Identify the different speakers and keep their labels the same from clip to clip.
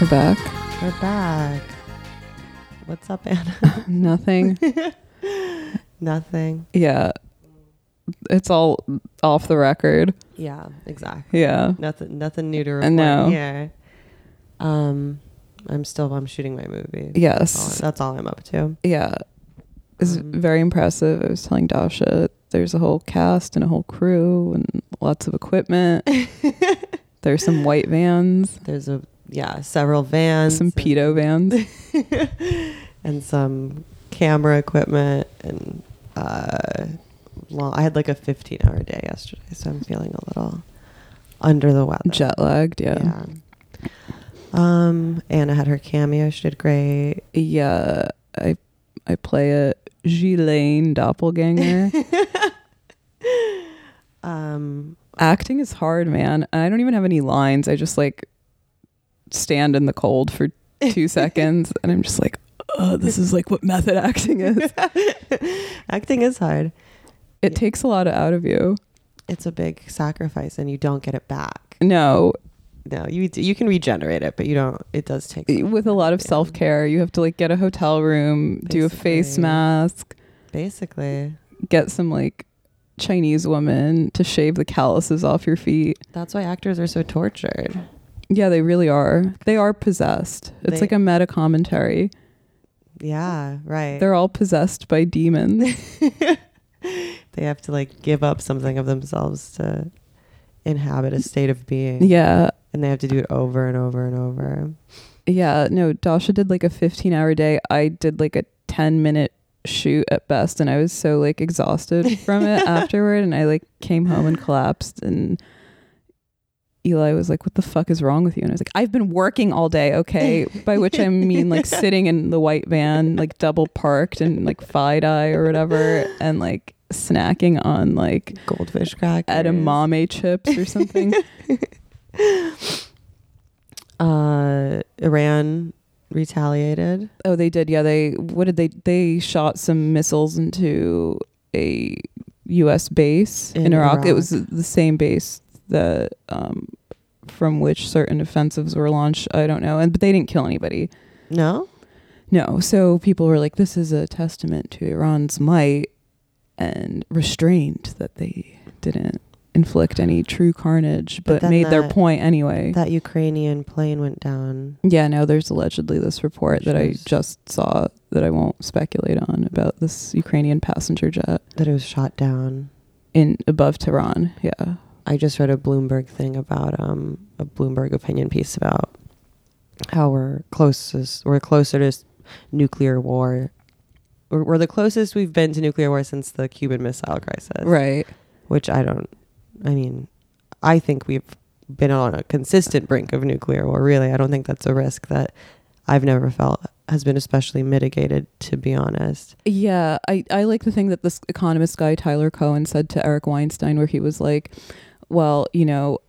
Speaker 1: We're back.
Speaker 2: We're back. What's up, Anna?
Speaker 1: Nothing.
Speaker 2: Nothing.
Speaker 1: yeah. It's all off the record.
Speaker 2: Yeah, exactly.
Speaker 1: Yeah.
Speaker 2: Nothing. Nothing new to
Speaker 1: I
Speaker 2: report
Speaker 1: know.
Speaker 2: here. Um, I'm still. I'm shooting my movie. That's all,
Speaker 1: Yes.
Speaker 2: that's all I'm up to.
Speaker 1: Yeah. It's
Speaker 2: Um,
Speaker 1: very impressive. I was telling Dasha there's a whole cast and a whole crew and lots of equipment. there's some white vans,
Speaker 2: There's a yeah, several vans,
Speaker 1: some pedo vans.
Speaker 2: and some camera equipment, and uh, long, I had like a 15-hour day yesterday, so I'm feeling a little under the weather.
Speaker 1: Jet lagged, yeah. yeah.
Speaker 2: Yeah. Um, Anna had her cameo. She did great.
Speaker 1: I I play a Ghislaine doppelganger.
Speaker 2: Um,
Speaker 1: Acting is hard, man. I don't even have any lines. I just like stand in the cold for two seconds and I'm just like, oh, this is like what method acting is.
Speaker 2: acting is hard.
Speaker 1: It takes a lot out of you.
Speaker 2: It's a big sacrifice, and you don't get it back.
Speaker 1: No,
Speaker 2: No, you you can regenerate it, but you don't. It does take some-
Speaker 1: with a lot of self care, you have to like get a hotel room, do a face
Speaker 2: Basically.
Speaker 1: mask,
Speaker 2: Basically,
Speaker 1: get some like Chinese woman to shave the calluses off your feet.
Speaker 2: that's why actors are so tortured.
Speaker 1: Yeah, they really are. They are possessed. It's
Speaker 2: They-
Speaker 1: like a meta commentary.
Speaker 2: Yeah, right.
Speaker 1: They're all possessed by demons.
Speaker 2: they have to like give up something of themselves to inhabit a state of being.
Speaker 1: yeah.
Speaker 2: and they have to do it over and over and over.
Speaker 1: Yeah. No, Dasha did like a 15 hour day. I did like a 10 minute shoot at best. And I was so like exhausted from it afterward. And I like came home and collapsed. And Eli was like, What the fuck is wrong with you? And I was like, I've been working all day. Okay. By which I mean like sitting in the white van, like double parked and like fide eye or whatever. And like snacking on like
Speaker 2: Goldfish crackers.
Speaker 1: edamame chips or something.
Speaker 2: Uh, Iran retaliated.
Speaker 1: oh, they did. Yeah, they what did they they shot some missiles into a U.S. base in,
Speaker 2: In
Speaker 1: Iraq. It
Speaker 2: Iraq.
Speaker 1: was the same base that um, from which certain offensives were launched. I don't know, and but they didn't kill anybody.
Speaker 2: No,
Speaker 1: No, so people were like, "This is a testament to Iran's might and restraint that they didn't." inflict any true carnage
Speaker 2: But
Speaker 1: but,
Speaker 2: then
Speaker 1: made their
Speaker 2: that-
Speaker 1: point anyway
Speaker 2: that Ukrainian plane went down.
Speaker 1: Yeah, no, there's allegedly this report that I
Speaker 2: Jeez.
Speaker 1: just saw that I won't speculate on about this Ukrainian passenger jet
Speaker 2: That it was shot down.
Speaker 1: in above Tehran. Yeah.
Speaker 2: I just read a Bloomberg thing about um a Bloomberg opinion piece about how we're closest we're closer to s- nuclear war. We're, we're the closest we've been to nuclear war since the Cuban Missile Crisis.
Speaker 1: Right.
Speaker 2: which I don't. I mean, I think we've been on a consistent brink of nuclear war. Really, I don't think that's a risk that I've never felt has been especially mitigated. To be honest,
Speaker 1: Yeah, I, I like the thing that this economist guy Tyler Cohen said to Eric Weinstein where he was like, well, you know,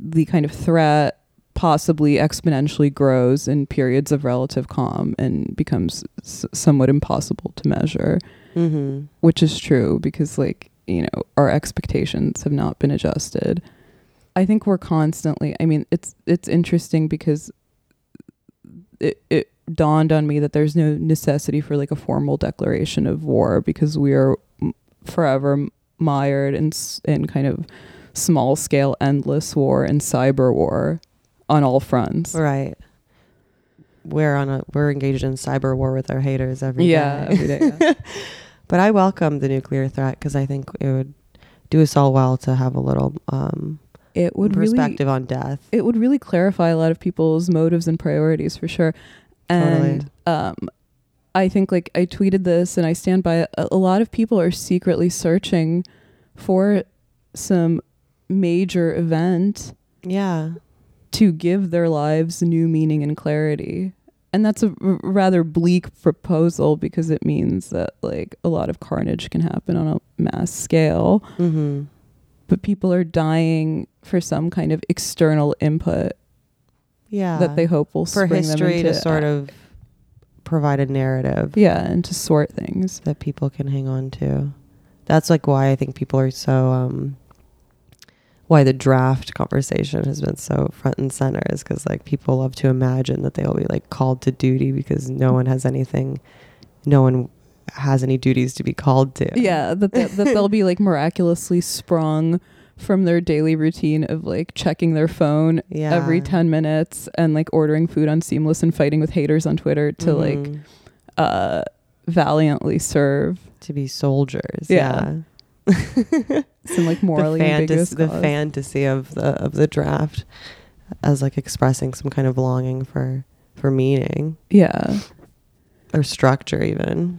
Speaker 1: the kind of threat possibly exponentially grows in periods of relative calm and becomes s- somewhat impossible to measure.
Speaker 2: mm-hmm.
Speaker 1: which is true because like you know our expectations have not been adjusted i think we're constantly i mean it's it's interesting because it, it dawned on me that there's no necessity for like a formal declaration of war because we are m- forever mired in s- in kind of small scale endless war and cyber war on all fronts
Speaker 2: right. We're on a we're engaged in cyber war with our haters every day.
Speaker 1: yeah every day, yeah.
Speaker 2: but I welcome the nuclear threat because I think it would do us all well to have a little um,
Speaker 1: it would really
Speaker 2: perspective on death.
Speaker 1: it would really clarify a lot of people's motives and priorities for sure. And um, I think like I tweeted this and I stand by it. A, a lot of people are secretly searching for some major event
Speaker 2: Yeah,
Speaker 1: to give their lives new meaning and clarity. And that's a r- rather bleak proposal because it means that like a lot of carnage can happen on a mass scale
Speaker 2: mm-hmm.
Speaker 1: but people are dying for some kind of external input
Speaker 2: yeah.
Speaker 1: that they hope will
Speaker 2: for
Speaker 1: spring
Speaker 2: history
Speaker 1: them into
Speaker 2: to sort of provide a narrative
Speaker 1: yeah and to sort things
Speaker 2: that people can hang on to. That's like why I think people are so um why the draft conversation has been so front and center is because like people love to imagine that they'll be like called to duty because no one has anything, no one has any duties to be called to.
Speaker 1: Yeah, that, that, that they'll be like miraculously sprung from their daily routine of like checking their phone
Speaker 2: Yeah.
Speaker 1: every 10 minutes and like ordering food on Seamless and fighting with haters on Twitter to like
Speaker 2: Mhm.
Speaker 1: uh valiantly serve
Speaker 2: to be soldiers.
Speaker 1: Yeah.
Speaker 2: yeah.
Speaker 1: some like morally
Speaker 2: the
Speaker 1: ambiguous
Speaker 2: fantasy, the
Speaker 1: cause.
Speaker 2: fantasy of the of the draft as like expressing some kind of longing for for meaning
Speaker 1: yeah.
Speaker 2: or structure even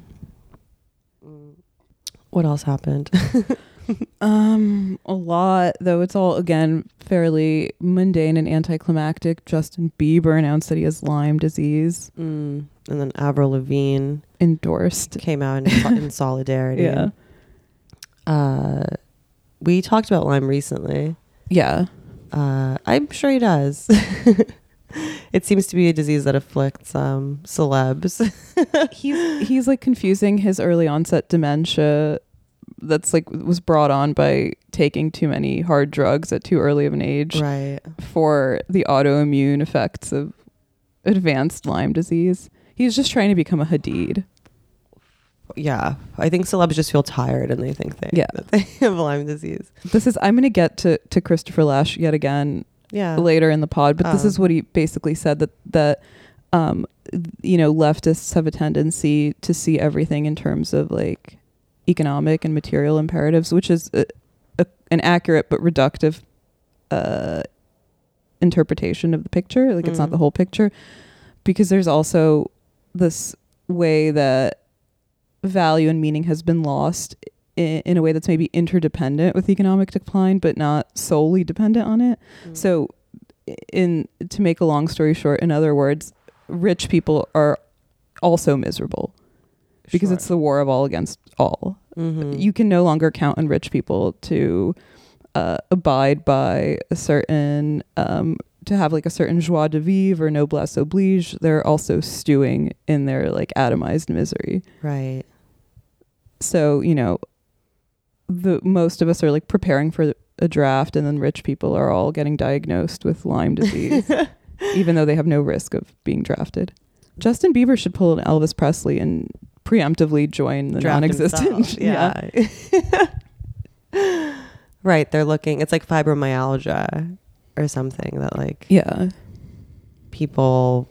Speaker 2: what else happened
Speaker 1: Um a lot though it's all again fairly mundane and anticlimactic. Justin Bieber announced that he has Lyme disease
Speaker 2: mm. and then avril lavigne
Speaker 1: endorsed.
Speaker 2: came out in, so- in solidarity
Speaker 1: Yeah.
Speaker 2: uh we talked about lyme recently
Speaker 1: Yeah.
Speaker 2: uh i'm sure he does it seems to be a disease that afflicts um celebs
Speaker 1: he's he's like confusing his early onset dementia that's like was brought on by taking too many hard drugs at too early of an age
Speaker 2: right
Speaker 1: for the autoimmune effects of advanced Lyme disease. He's just trying to become a Hadid.
Speaker 2: yeah, I think celebs just feel tired and they think they
Speaker 1: Yeah.
Speaker 2: that they have Lyme disease.
Speaker 1: This is I'm going to get to to Christopher Lash yet again
Speaker 2: Yeah,
Speaker 1: later in the pod, but this
Speaker 2: Oh.
Speaker 1: is what he basically said that that um, you know leftists have a tendency to see everything in terms of like economic and material imperatives, which is a, a, an accurate but reductive uh, interpretation of the picture. Like it's
Speaker 2: Mm.
Speaker 1: not the whole picture because there's also this way that value and meaning has been lost in, in a way that's maybe interdependent with economic decline but not solely dependent on it
Speaker 2: Mm.
Speaker 1: so, in to make a long story short, in other words, rich people are also miserable because
Speaker 2: Sure.
Speaker 1: it's the war of all against all.
Speaker 2: Mhm.
Speaker 1: You can no longer count on rich people to uh, abide by a certain um, to have like a certain joie de vivre or noblesse oblige. They're also stewing in their like atomized misery.
Speaker 2: right.
Speaker 1: So you know, the most of us are like preparing for a draft, and then rich people are all getting diagnosed with Lyme disease. even though they have no risk of being drafted. Justin Bieber should pull an Elvis Presley and preemptively join the
Speaker 2: Draft
Speaker 1: non-existent.
Speaker 2: himself. Yeah. right. They're looking. It's like fibromyalgia or something that like
Speaker 1: yeah,
Speaker 2: people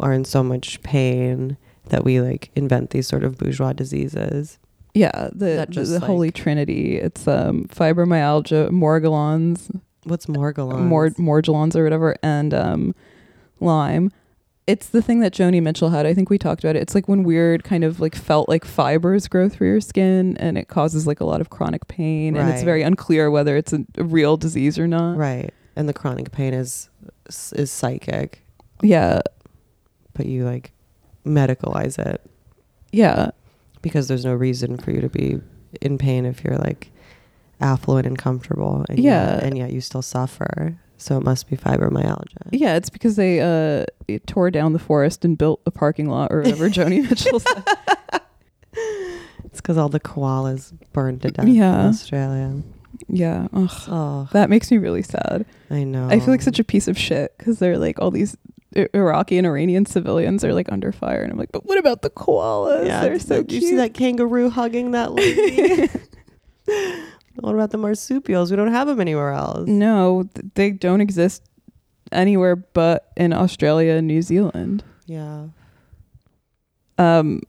Speaker 2: are in so much pain that we like invent these sort of bourgeois diseases.
Speaker 1: yeah. The
Speaker 2: That
Speaker 1: the,
Speaker 2: just,
Speaker 1: the Holy
Speaker 2: like-
Speaker 1: Trinity. It's um fibromyalgia, morgellons,
Speaker 2: What's Morgellons?
Speaker 1: mor- morgellons or whatever, and um Lyme. It's the thing that Joni Mitchell had. I think we talked about it. It's like when weird kind of like felt like fibers grow through your skin and it causes like a lot of chronic pain and it's
Speaker 2: Right.
Speaker 1: very unclear whether it's a, a real disease or not.
Speaker 2: right. And the chronic pain is is psychic,
Speaker 1: Yeah.
Speaker 2: but you like medicalize it.
Speaker 1: Yeah.
Speaker 2: because there's no reason for you to be in pain if you're like affluent and comfortable and
Speaker 1: Yeah.
Speaker 2: yet, and yet you still suffer so it must be fibromyalgia
Speaker 1: Yeah, it's because they uh it tore down the forest and built a parking lot or whatever Joni Mitchell said.
Speaker 2: it's because all the koalas burned to death
Speaker 1: Yeah.
Speaker 2: in australia
Speaker 1: Yeah, ugh,
Speaker 2: oh
Speaker 1: that makes me really sad.
Speaker 2: i know
Speaker 1: I feel like such a piece of shit because they're like all these I- Iraqi and Iranian civilians are like under fire, and I'm like, but what about the koalas? they're
Speaker 2: it's
Speaker 1: so
Speaker 2: like, you
Speaker 1: cute.
Speaker 2: see that kangaroo hugging that lady what about the marsupials we don't have them anywhere else
Speaker 1: No, th- they don't exist anywhere but in Australia and New Zealand.
Speaker 2: yeah
Speaker 1: Um,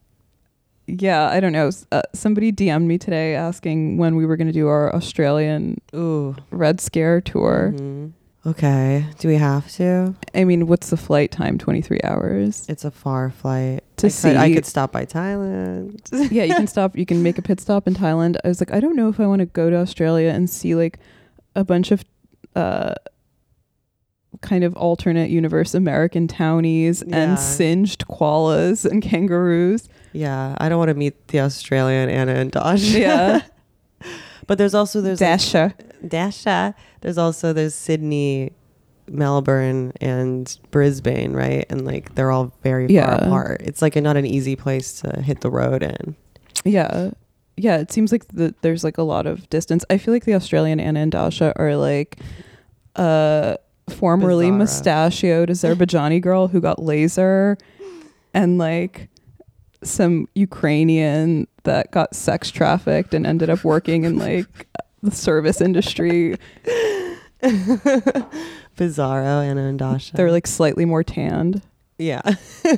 Speaker 1: yeah, I don't know. S- Uh, somebody DM'd me today asking when we were going to do our Australian
Speaker 2: ooh
Speaker 1: Red Scare tour.
Speaker 2: Mhm. okay do we have to
Speaker 1: I mean, what's the flight time? 23 hours.
Speaker 2: it's a far flight
Speaker 1: To
Speaker 2: I could, i
Speaker 1: see-
Speaker 2: could stop by thailand
Speaker 1: yeah, you can stop, you can make a pit stop in Thailand. I was like, I don't know if I want to go to Australia and see like a bunch of uh kind of alternate universe American townies
Speaker 2: Yeah.
Speaker 1: and singed koalas and kangaroos.
Speaker 2: Yeah, I don't want to meet the Australian Anna and Dasha.
Speaker 1: Yeah.
Speaker 2: but there's also there's like,
Speaker 1: Dasha.
Speaker 2: Dasha. There's also there's Sydney, Melbourne, and Brisbane, right? And like they're all very
Speaker 1: Yeah.
Speaker 2: far apart. It's like not an easy place to hit the road in.
Speaker 1: Yeah. yeah, it seems like the, there's like a lot of distance. I feel like the Australian Anna and Dasha are like uh formerly
Speaker 2: Bizarra.
Speaker 1: mustachioed Azerbaijani girl who got laser and like some Ukrainian that got sex trafficked and ended up working in like the service industry.
Speaker 2: Bizarro Anna and Dasha.
Speaker 1: They're like slightly more tanned
Speaker 2: yeah,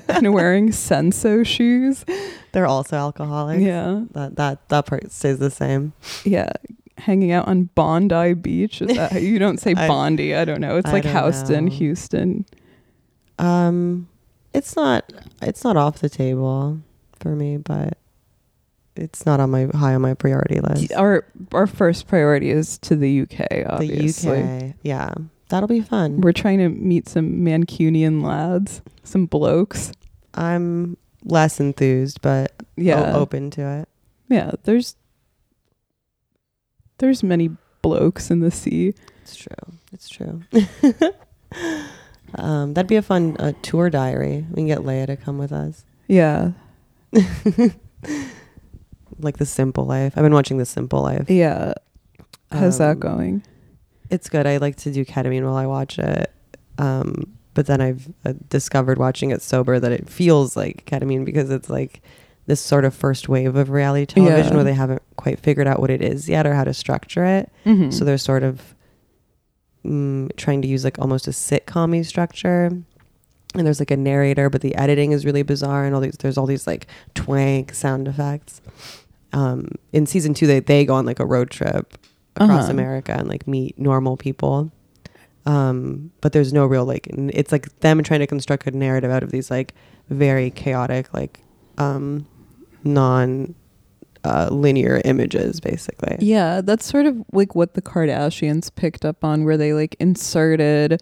Speaker 1: and wearing senso shoes.
Speaker 2: they're also alcoholics.
Speaker 1: Yeah.
Speaker 2: that that that part stays the same.
Speaker 1: Yeah. Hanging out on Bondi Beach. Is that how you don't say
Speaker 2: I-
Speaker 1: Bondi? I don't know. It's
Speaker 2: I
Speaker 1: like
Speaker 2: don't
Speaker 1: Houston,
Speaker 2: know.
Speaker 1: Houston.
Speaker 2: Um, it's not it's not off the table for me, but it's not on my high on my priority list.
Speaker 1: Our our first priority is to the UK, obviously.
Speaker 2: The UK, yeah, that'll be fun.
Speaker 1: We're trying to meet some Mancunian lads, some blokes.
Speaker 2: Oh, I'm less enthused, but
Speaker 1: Yeah.
Speaker 2: o- open to it.
Speaker 1: Yeah, there's there's many blokes in the sea.
Speaker 2: It's true. It's true. um, that'd be a fun uh, tour diary. We can get Leia to come with us.
Speaker 1: Yeah.
Speaker 2: like the Simple Life. I've been watching the Simple Life.
Speaker 1: Yeah. How's that
Speaker 2: Um,
Speaker 1: going?
Speaker 2: It's good. I like to do ketamine while I watch it. Um, but then I've uh, discovered watching it sober that it feels like ketamine because it's like this sort of first wave of reality television
Speaker 1: Yeah.
Speaker 2: where they haven't quite figured out what it is yet or how to structure it.
Speaker 1: Mm-hmm.
Speaker 2: So they're sort of mm, trying to use like almost a sitcom structure. And there's like a narrator, but the editing is really bizarre, and all these there's all these like twank sound effects. Um, in season two, they they go on like a road trip across
Speaker 1: Uh-huh.
Speaker 2: America and like meet normal people. Um, but there's no real like n- it's like them trying to construct a narrative out of these like very chaotic like um, non uh, linear images basically.
Speaker 1: Yeah, that's sort of like what the Kardashians picked up on, where they like inserted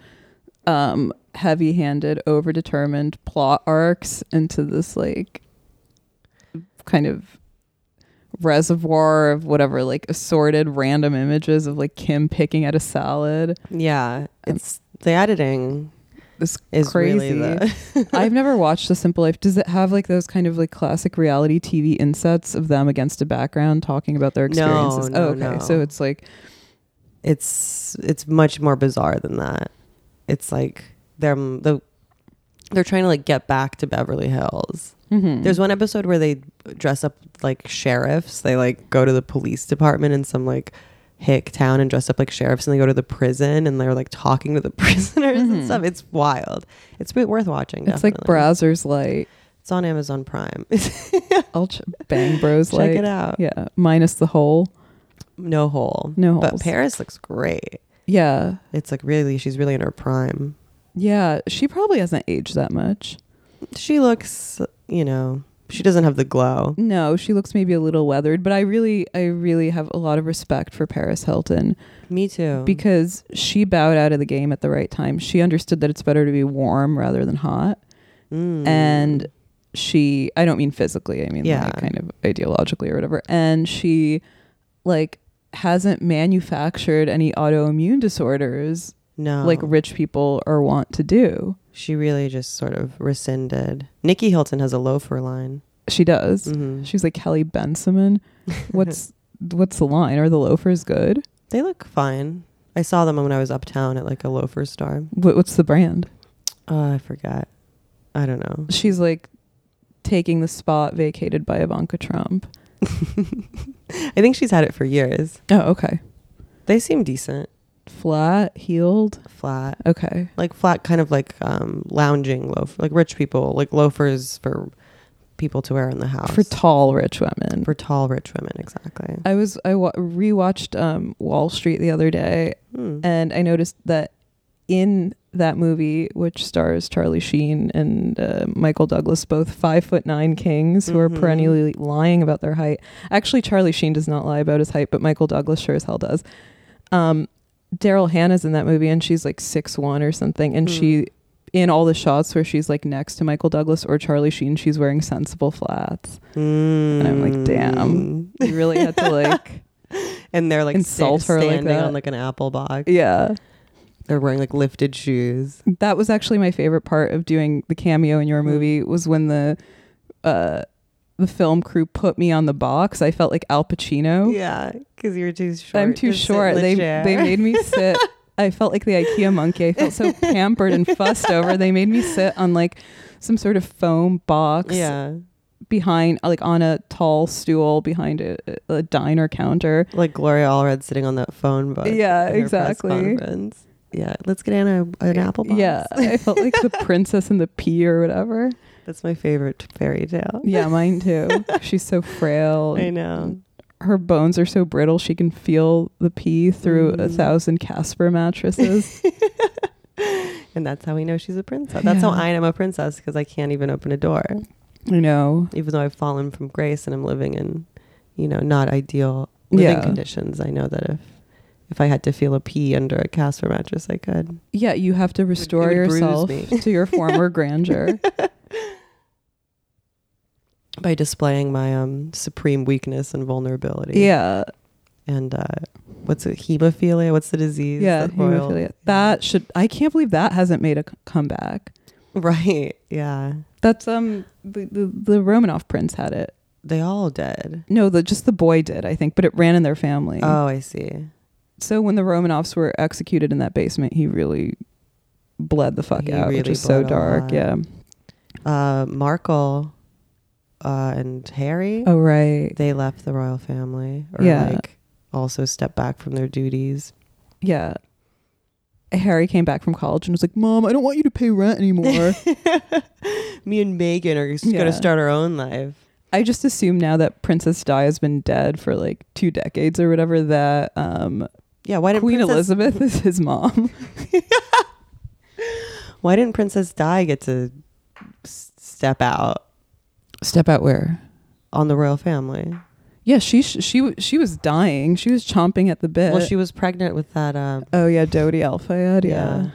Speaker 1: um, heavy handed, over determined plot arcs into this like kind of reservoir of whatever, like assorted random images of like Kim picking at a salad.
Speaker 2: Yeah,
Speaker 1: Um,
Speaker 2: it's the editing
Speaker 1: This
Speaker 2: is
Speaker 1: crazy.
Speaker 2: really the
Speaker 1: I've never watched The Simple Life. Does it have like those kind of like classic reality TV insets of them against a background talking about their
Speaker 2: No,
Speaker 1: experiences?
Speaker 2: no,
Speaker 1: oh, okay.
Speaker 2: no.
Speaker 1: So it's like
Speaker 2: it's it's much more bizarre than that. It's like they're the they're trying to like get back to Beverly Hills.
Speaker 1: mhm.
Speaker 2: There's one episode where they dress up like sheriffs. They like go to the police department in some like hick town and dress up like sheriffs, and they go to the prison and they're like talking to the prisoners and
Speaker 1: Mhm.
Speaker 2: stuff. It's wild. It's worth watching.
Speaker 1: It's like
Speaker 2: definitely.
Speaker 1: Brazzers Light.
Speaker 2: It's on Amazon Prime.
Speaker 1: I'll ch- Bang Bros
Speaker 2: Check
Speaker 1: Light.
Speaker 2: it out.
Speaker 1: Yeah, minus the hole.
Speaker 2: No hole.
Speaker 1: No
Speaker 2: But
Speaker 1: holes.
Speaker 2: Paris looks great.
Speaker 1: Yeah,
Speaker 2: It's like really, she's really in her prime.
Speaker 1: yeah. She probably hasn't aged that much.
Speaker 2: She looks, you know, she doesn't have the glow.
Speaker 1: No, she looks maybe a little weathered, but I really, I really have a lot of respect for Paris Hilton
Speaker 2: Me too.
Speaker 1: because she bowed out of the game at the right time. She understood that it's better to be warm rather than hot,
Speaker 2: Mm.
Speaker 1: and she i don't mean physically i mean
Speaker 2: Yeah.
Speaker 1: like kind of ideologically or whatever and she like hasn't manufactured any autoimmune disorders
Speaker 2: no,
Speaker 1: like rich people are want to do
Speaker 2: she really just sort of rescinded. Nikki Hilton has a loafer line.
Speaker 1: she does
Speaker 2: Mhm.
Speaker 1: she's like kelly bensimon what's what's the line are the loafers good
Speaker 2: They look fine. I saw them when I was uptown at like a loafer store.
Speaker 1: what, what's the brand
Speaker 2: Oh, I forgot. I don't know.
Speaker 1: she's like taking the spot vacated by ivanka trump
Speaker 2: I think she's had it for years.
Speaker 1: oh okay
Speaker 2: They seem decent,
Speaker 1: flat heeled
Speaker 2: flat,
Speaker 1: okay
Speaker 2: like flat, kind of like um, lounging loaf, like rich people, like loafers for people to wear in the house.
Speaker 1: for tall rich women
Speaker 2: for tall rich women exactly
Speaker 1: I was I wa- rewatched um, Wall Street the other day,
Speaker 2: Hmm.
Speaker 1: and I noticed that in that movie, which stars Charlie Sheen and uh, Michael Douglas, both five foot nine kings who are
Speaker 2: Mhm.
Speaker 1: perennially lying about their height. Actually, Charlie Sheen does not lie about his height, but Michael Douglas sure as hell does. Um, Daryl Hannah's in that movie, and she's like six one or something, and
Speaker 2: Hmm.
Speaker 1: she. In all the shots where she's like next to Michael Douglas or Charlie Sheen, she's wearing sensible flats.
Speaker 2: and
Speaker 1: I'm like, damn. You really had to like,
Speaker 2: and they're like
Speaker 1: Insult
Speaker 2: sta-
Speaker 1: her like
Speaker 2: standing
Speaker 1: that.
Speaker 2: on like an apple box
Speaker 1: yeah.
Speaker 2: they're wearing like lifted shoes
Speaker 1: that
Speaker 2: Mm.
Speaker 1: was actually my favorite part of doing the cameo in your movie was when the uh the film crew put me on the box. I felt like Al Pacino.
Speaker 2: Yeah, because you're too short.
Speaker 1: Oh. I'm too
Speaker 2: to sit in
Speaker 1: short.
Speaker 2: the
Speaker 1: They
Speaker 2: chair.
Speaker 1: they made me sit. I felt like the IKEA monkey. I felt so pampered and fussed over. They made me sit on like some sort of foam box
Speaker 2: yeah,
Speaker 1: behind, like on a tall stool behind a, a diner counter.
Speaker 2: like Gloria Allred sitting on that phone, but
Speaker 1: Yeah, exactly.
Speaker 2: Yeah, let's get Anna an apple box.
Speaker 1: Yeah, I felt like the princess and the pea or whatever.
Speaker 2: that's my favorite fairy tale.
Speaker 1: Yeah, mine too. She's so frail.
Speaker 2: I know.
Speaker 1: Her bones are so brittle she can feel the pea through a
Speaker 2: Mhm.
Speaker 1: thousand Casper mattresses.
Speaker 2: And that's how we know she's a princess. That's how
Speaker 1: Yeah.
Speaker 2: I am a princess because I can't even open a door,
Speaker 1: I know.
Speaker 2: even though I've fallen from grace and I'm living in, you know, not ideal living
Speaker 1: Yeah.
Speaker 2: conditions. I know that if if I had to feel a pee under a Casper mattress, I could.
Speaker 1: Yeah, you have to restore
Speaker 2: would bruise
Speaker 1: yourself
Speaker 2: me.
Speaker 1: to your former grandeur.
Speaker 2: by displaying my um supreme weakness and vulnerability.
Speaker 1: Yeah,
Speaker 2: And uh what's it hemophilia? What's the disease?
Speaker 1: yeah.
Speaker 2: that royal-
Speaker 1: hemophilia. That should. I can't believe that hasn't made a c- comeback.
Speaker 2: Right. Yeah.
Speaker 1: That's um the, the the Romanoff prince had it.
Speaker 2: They all did.
Speaker 1: No, the just the boy did, I think, but it ran in their family.
Speaker 2: Oh, I see.
Speaker 1: so when the Romanoffs were executed in that basement, he really bled the fuck
Speaker 2: He
Speaker 1: out, which
Speaker 2: really
Speaker 1: is so
Speaker 2: bled a
Speaker 1: dark.
Speaker 2: lot.
Speaker 1: Yeah.
Speaker 2: Uh Markle uh and Harry,
Speaker 1: Oh right.
Speaker 2: they left the royal family or
Speaker 1: Yeah.
Speaker 2: like also stepped back from their duties.
Speaker 1: Yeah. Harry came back from college and was like, "Mom, I don't want you to pay rent anymore."
Speaker 2: Me and Megan are just
Speaker 1: Yeah.
Speaker 2: gonna start our own life.
Speaker 1: I just assume now that Princess Di has been dead for like two decades or whatever that um,
Speaker 2: Yeah, why didn't
Speaker 1: Queen
Speaker 2: Princess,
Speaker 1: Elizabeth is his mom.
Speaker 2: Why didn't Princess Di get to s- step out
Speaker 1: Step out where?
Speaker 2: on the royal family?
Speaker 1: Yeah, she sh- she w- she was dying. She was chomping at the bit.
Speaker 2: Well, she was pregnant with that. Um,
Speaker 1: Oh yeah, Dodie Alfayed. Yeah.
Speaker 2: Yeah.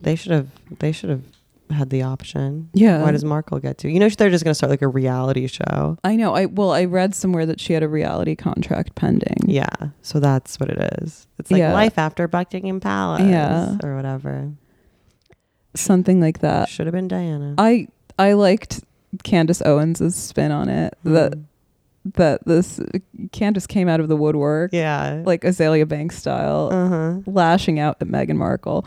Speaker 2: they should have. They should have had the option.
Speaker 1: Yeah.
Speaker 2: Why does Markle get to? You know, they're just going to start like a reality show.
Speaker 1: I know. I well, I read somewhere that she had a reality contract pending.
Speaker 2: Yeah. So that's what it is. It's like
Speaker 1: Yeah.
Speaker 2: life after Buckingham Palace.
Speaker 1: Yeah.
Speaker 2: Or whatever.
Speaker 1: Something like that.
Speaker 2: should have been Diana.
Speaker 1: I I liked Candace Owens' spin on it. That
Speaker 2: Mm.
Speaker 1: that this Candace came out of the woodwork
Speaker 2: Yeah.
Speaker 1: like Azalea Banks style,
Speaker 2: Uh huh.
Speaker 1: lashing out at Meghan Markle.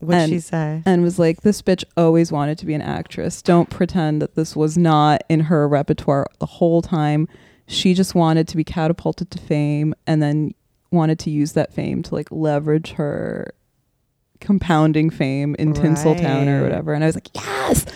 Speaker 2: What'd
Speaker 1: and-
Speaker 2: she say?
Speaker 1: and was like, This bitch always wanted to be an actress. Don't pretend that this was not in her repertoire the whole time. She just wanted to be catapulted to fame and then wanted to use that fame to like leverage her compounding fame in Tinseltown or
Speaker 2: Right.
Speaker 1: whatever. And I was like, Yes,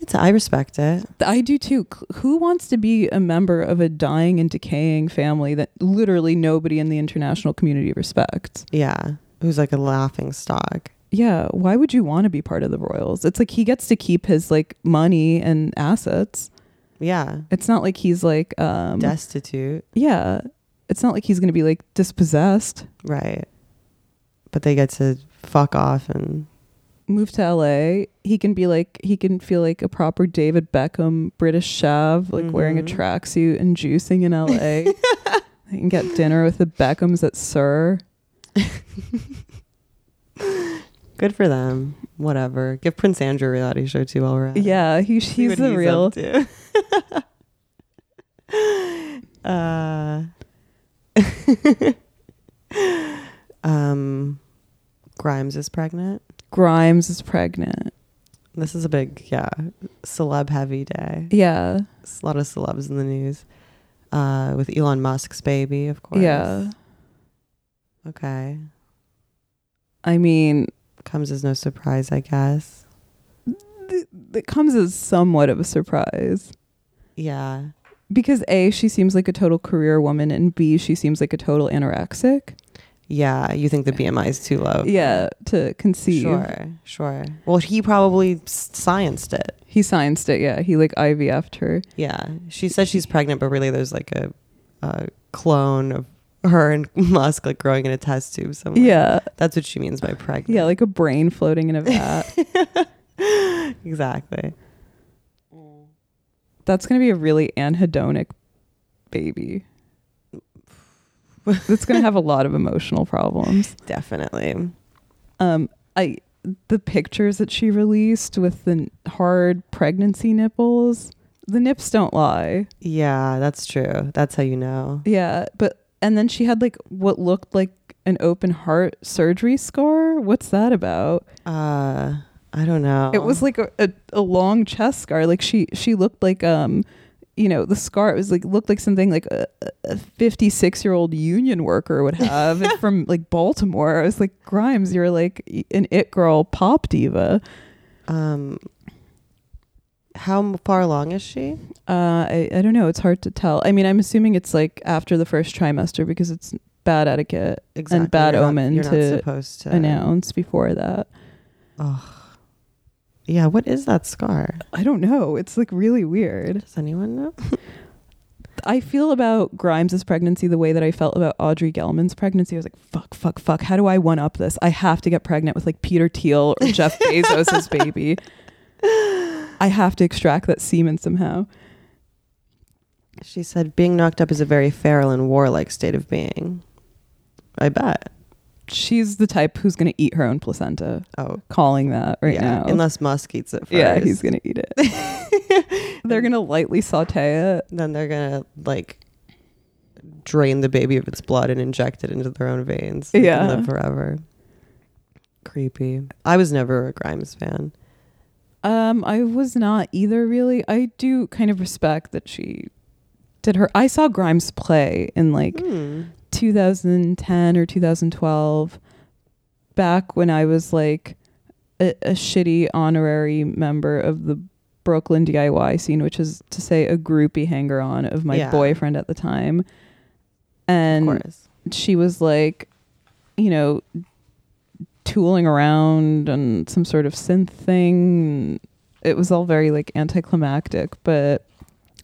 Speaker 2: It's. I respect it.
Speaker 1: I do too. C- Who wants to be a member of a dying and decaying family that literally nobody in the international community respects?
Speaker 2: Yeah. Who's like a laughing stock?
Speaker 1: Yeah, why would you want to be part of the Royals? It's like he gets to keep his like money and assets.
Speaker 2: Yeah.
Speaker 1: It's not like he's like um
Speaker 2: Destitute.
Speaker 1: yeah, it's not like he's going to be like dispossessed,
Speaker 2: Right. But they get to fuck off and
Speaker 1: move to LA. He can be like he can feel like a proper David Beckham British chav, like wearing a
Speaker 2: Mhm.
Speaker 1: tracksuit and juicing in LA. he can get dinner with the Beckhams at Sir.
Speaker 2: Good for them. Whatever. Give Prince Andrew a reality show too while we're at it.
Speaker 1: Yeah, he,
Speaker 2: Uh, See
Speaker 1: he's
Speaker 2: what
Speaker 1: the real
Speaker 2: up to. uh, um, Grimes is pregnant.
Speaker 1: Grimes is pregnant.
Speaker 2: This is a big, yeah, celeb heavy day.
Speaker 1: Yeah.
Speaker 2: It's a lot of celebs in the news. Uh, with Elon Musk's baby, of course.
Speaker 1: Yeah.
Speaker 2: Okay.
Speaker 1: I mean,
Speaker 2: Comes as no surprise, I guess.
Speaker 1: that comes as somewhat of a surprise
Speaker 2: Yeah.
Speaker 1: because a she seems like a total career woman and b she seems like a total anorexic
Speaker 2: Yeah. You think the BMI is too low?
Speaker 1: yeah to conceive
Speaker 2: Sure, sure. Well, he probably s- scienced it.
Speaker 1: he scienced it yeah he like ivf'd her
Speaker 2: Yeah, she said she's pregnant, but really there's like a, a clone of her and Musk like growing in a test tube somewhere.
Speaker 1: yeah
Speaker 2: that's what she means by pregnant.
Speaker 1: yeah like a brain floating in a vat
Speaker 2: exactly.
Speaker 1: that's gonna be a really anhedonic baby that's gonna have a lot of emotional problems
Speaker 2: Definitely.
Speaker 1: um i the pictures that she released with the n- hard pregnancy nipples the nips don't lie.
Speaker 2: Yeah, that's true. That's how you know.
Speaker 1: Yeah, but and then she had like what looked like an open heart surgery scar. What's that about?
Speaker 2: Uh, I don't know.
Speaker 1: It was like a, a, a long chest scar. Like she she looked like um you know the scar it was like looked like something like a, a 56 year old union worker would have from like baltimore i was like grimes you're like an it girl pop diva
Speaker 2: um, how m- far along is she?
Speaker 1: Uh, I, I don't know. It's hard to tell. I mean, I'm assuming it's like after the first trimester because it's bad etiquette
Speaker 2: Exactly.
Speaker 1: bad
Speaker 2: You're not-
Speaker 1: omen
Speaker 2: you're
Speaker 1: to
Speaker 2: not supposed to.
Speaker 1: announced before that.
Speaker 2: Yeah. What is that scar?
Speaker 1: I don't know. It's like really weird.
Speaker 2: Does anyone know?
Speaker 1: I feel about Grimes' pregnancy the way that I felt about Audrey Gelman's pregnancy. I was like, fuck, fuck, fuck. How do I one up this? I have to get pregnant with like Peter Thiel or Jeff Bezos' baby. I have to extract that semen somehow.
Speaker 2: She said, "Being knocked up is a very feral and warlike state of being." I bet.
Speaker 1: She's the type who's going to eat her own placenta.
Speaker 2: Oh,
Speaker 1: Calling that right
Speaker 2: yeah.
Speaker 1: now.
Speaker 2: Unless Musk eats it first.
Speaker 1: Yeah, he's gonna eat it. They're gonna lightly saute it.
Speaker 2: Then they're gonna like drain the baby of its blood and inject it into their own veins. They can
Speaker 1: Yeah.
Speaker 2: live forever. Creepy. I was never a Grimes fan.
Speaker 1: Um, I was not either. Really, I do kind of respect that she did her. I saw Grimes play in like
Speaker 2: Hmm.
Speaker 1: 2010 or 2012, back when I was like a, a shitty honorary member of the Brooklyn DIY scene, which is to say a groupie hanger on of my
Speaker 2: Yeah.
Speaker 1: boyfriend at the time.
Speaker 2: Of
Speaker 1: And
Speaker 2: course.
Speaker 1: she was like, you know, tooling around and some sort of synth thing. It was all very like anticlimactic, but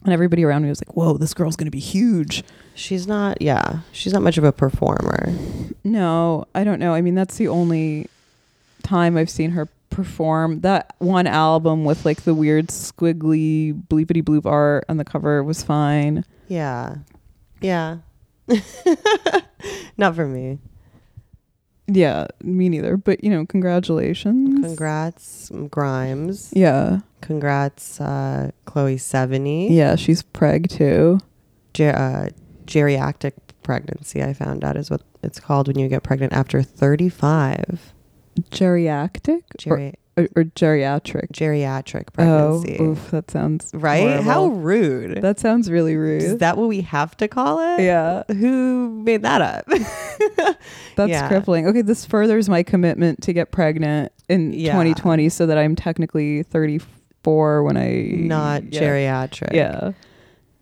Speaker 1: and everybody around me was like, "Whoa, this girl's gonna be huge."
Speaker 2: She's not, yeah, she's not much of a performer.
Speaker 1: No, I don't know. I mean, that's the only time I've seen her perform. That one album with like the weird squiggly bleepity bloop art on the cover was fine.
Speaker 2: Yeah. Yeah. not for me.
Speaker 1: Yeah, me neither. But you know, congratulations.
Speaker 2: Congrats, Grimes.
Speaker 1: Yeah.
Speaker 2: Congrats, uh, Chloe 70.
Speaker 1: Yeah, she's preg too.
Speaker 2: Ger- uh, geriatric pregnancy, I found out, is what it's called when you get pregnant after 35.
Speaker 1: geriatric or,
Speaker 2: Geri-
Speaker 1: or, or geriatric
Speaker 2: geriatric
Speaker 1: oh
Speaker 2: pregnancy.
Speaker 1: oof, that sounds
Speaker 2: right? How
Speaker 1: horrible.
Speaker 2: rude.
Speaker 1: that sounds really
Speaker 2: is
Speaker 1: rude
Speaker 2: that what we have to call it?
Speaker 1: yeah
Speaker 2: Who made that up?
Speaker 1: that's
Speaker 2: Yeah.
Speaker 1: crippling okay this furthers my commitment to get pregnant in
Speaker 2: Yeah.
Speaker 1: 2020 so that i'm technically 34 when i
Speaker 2: Not
Speaker 1: yeah.
Speaker 2: geriatric.
Speaker 1: yeah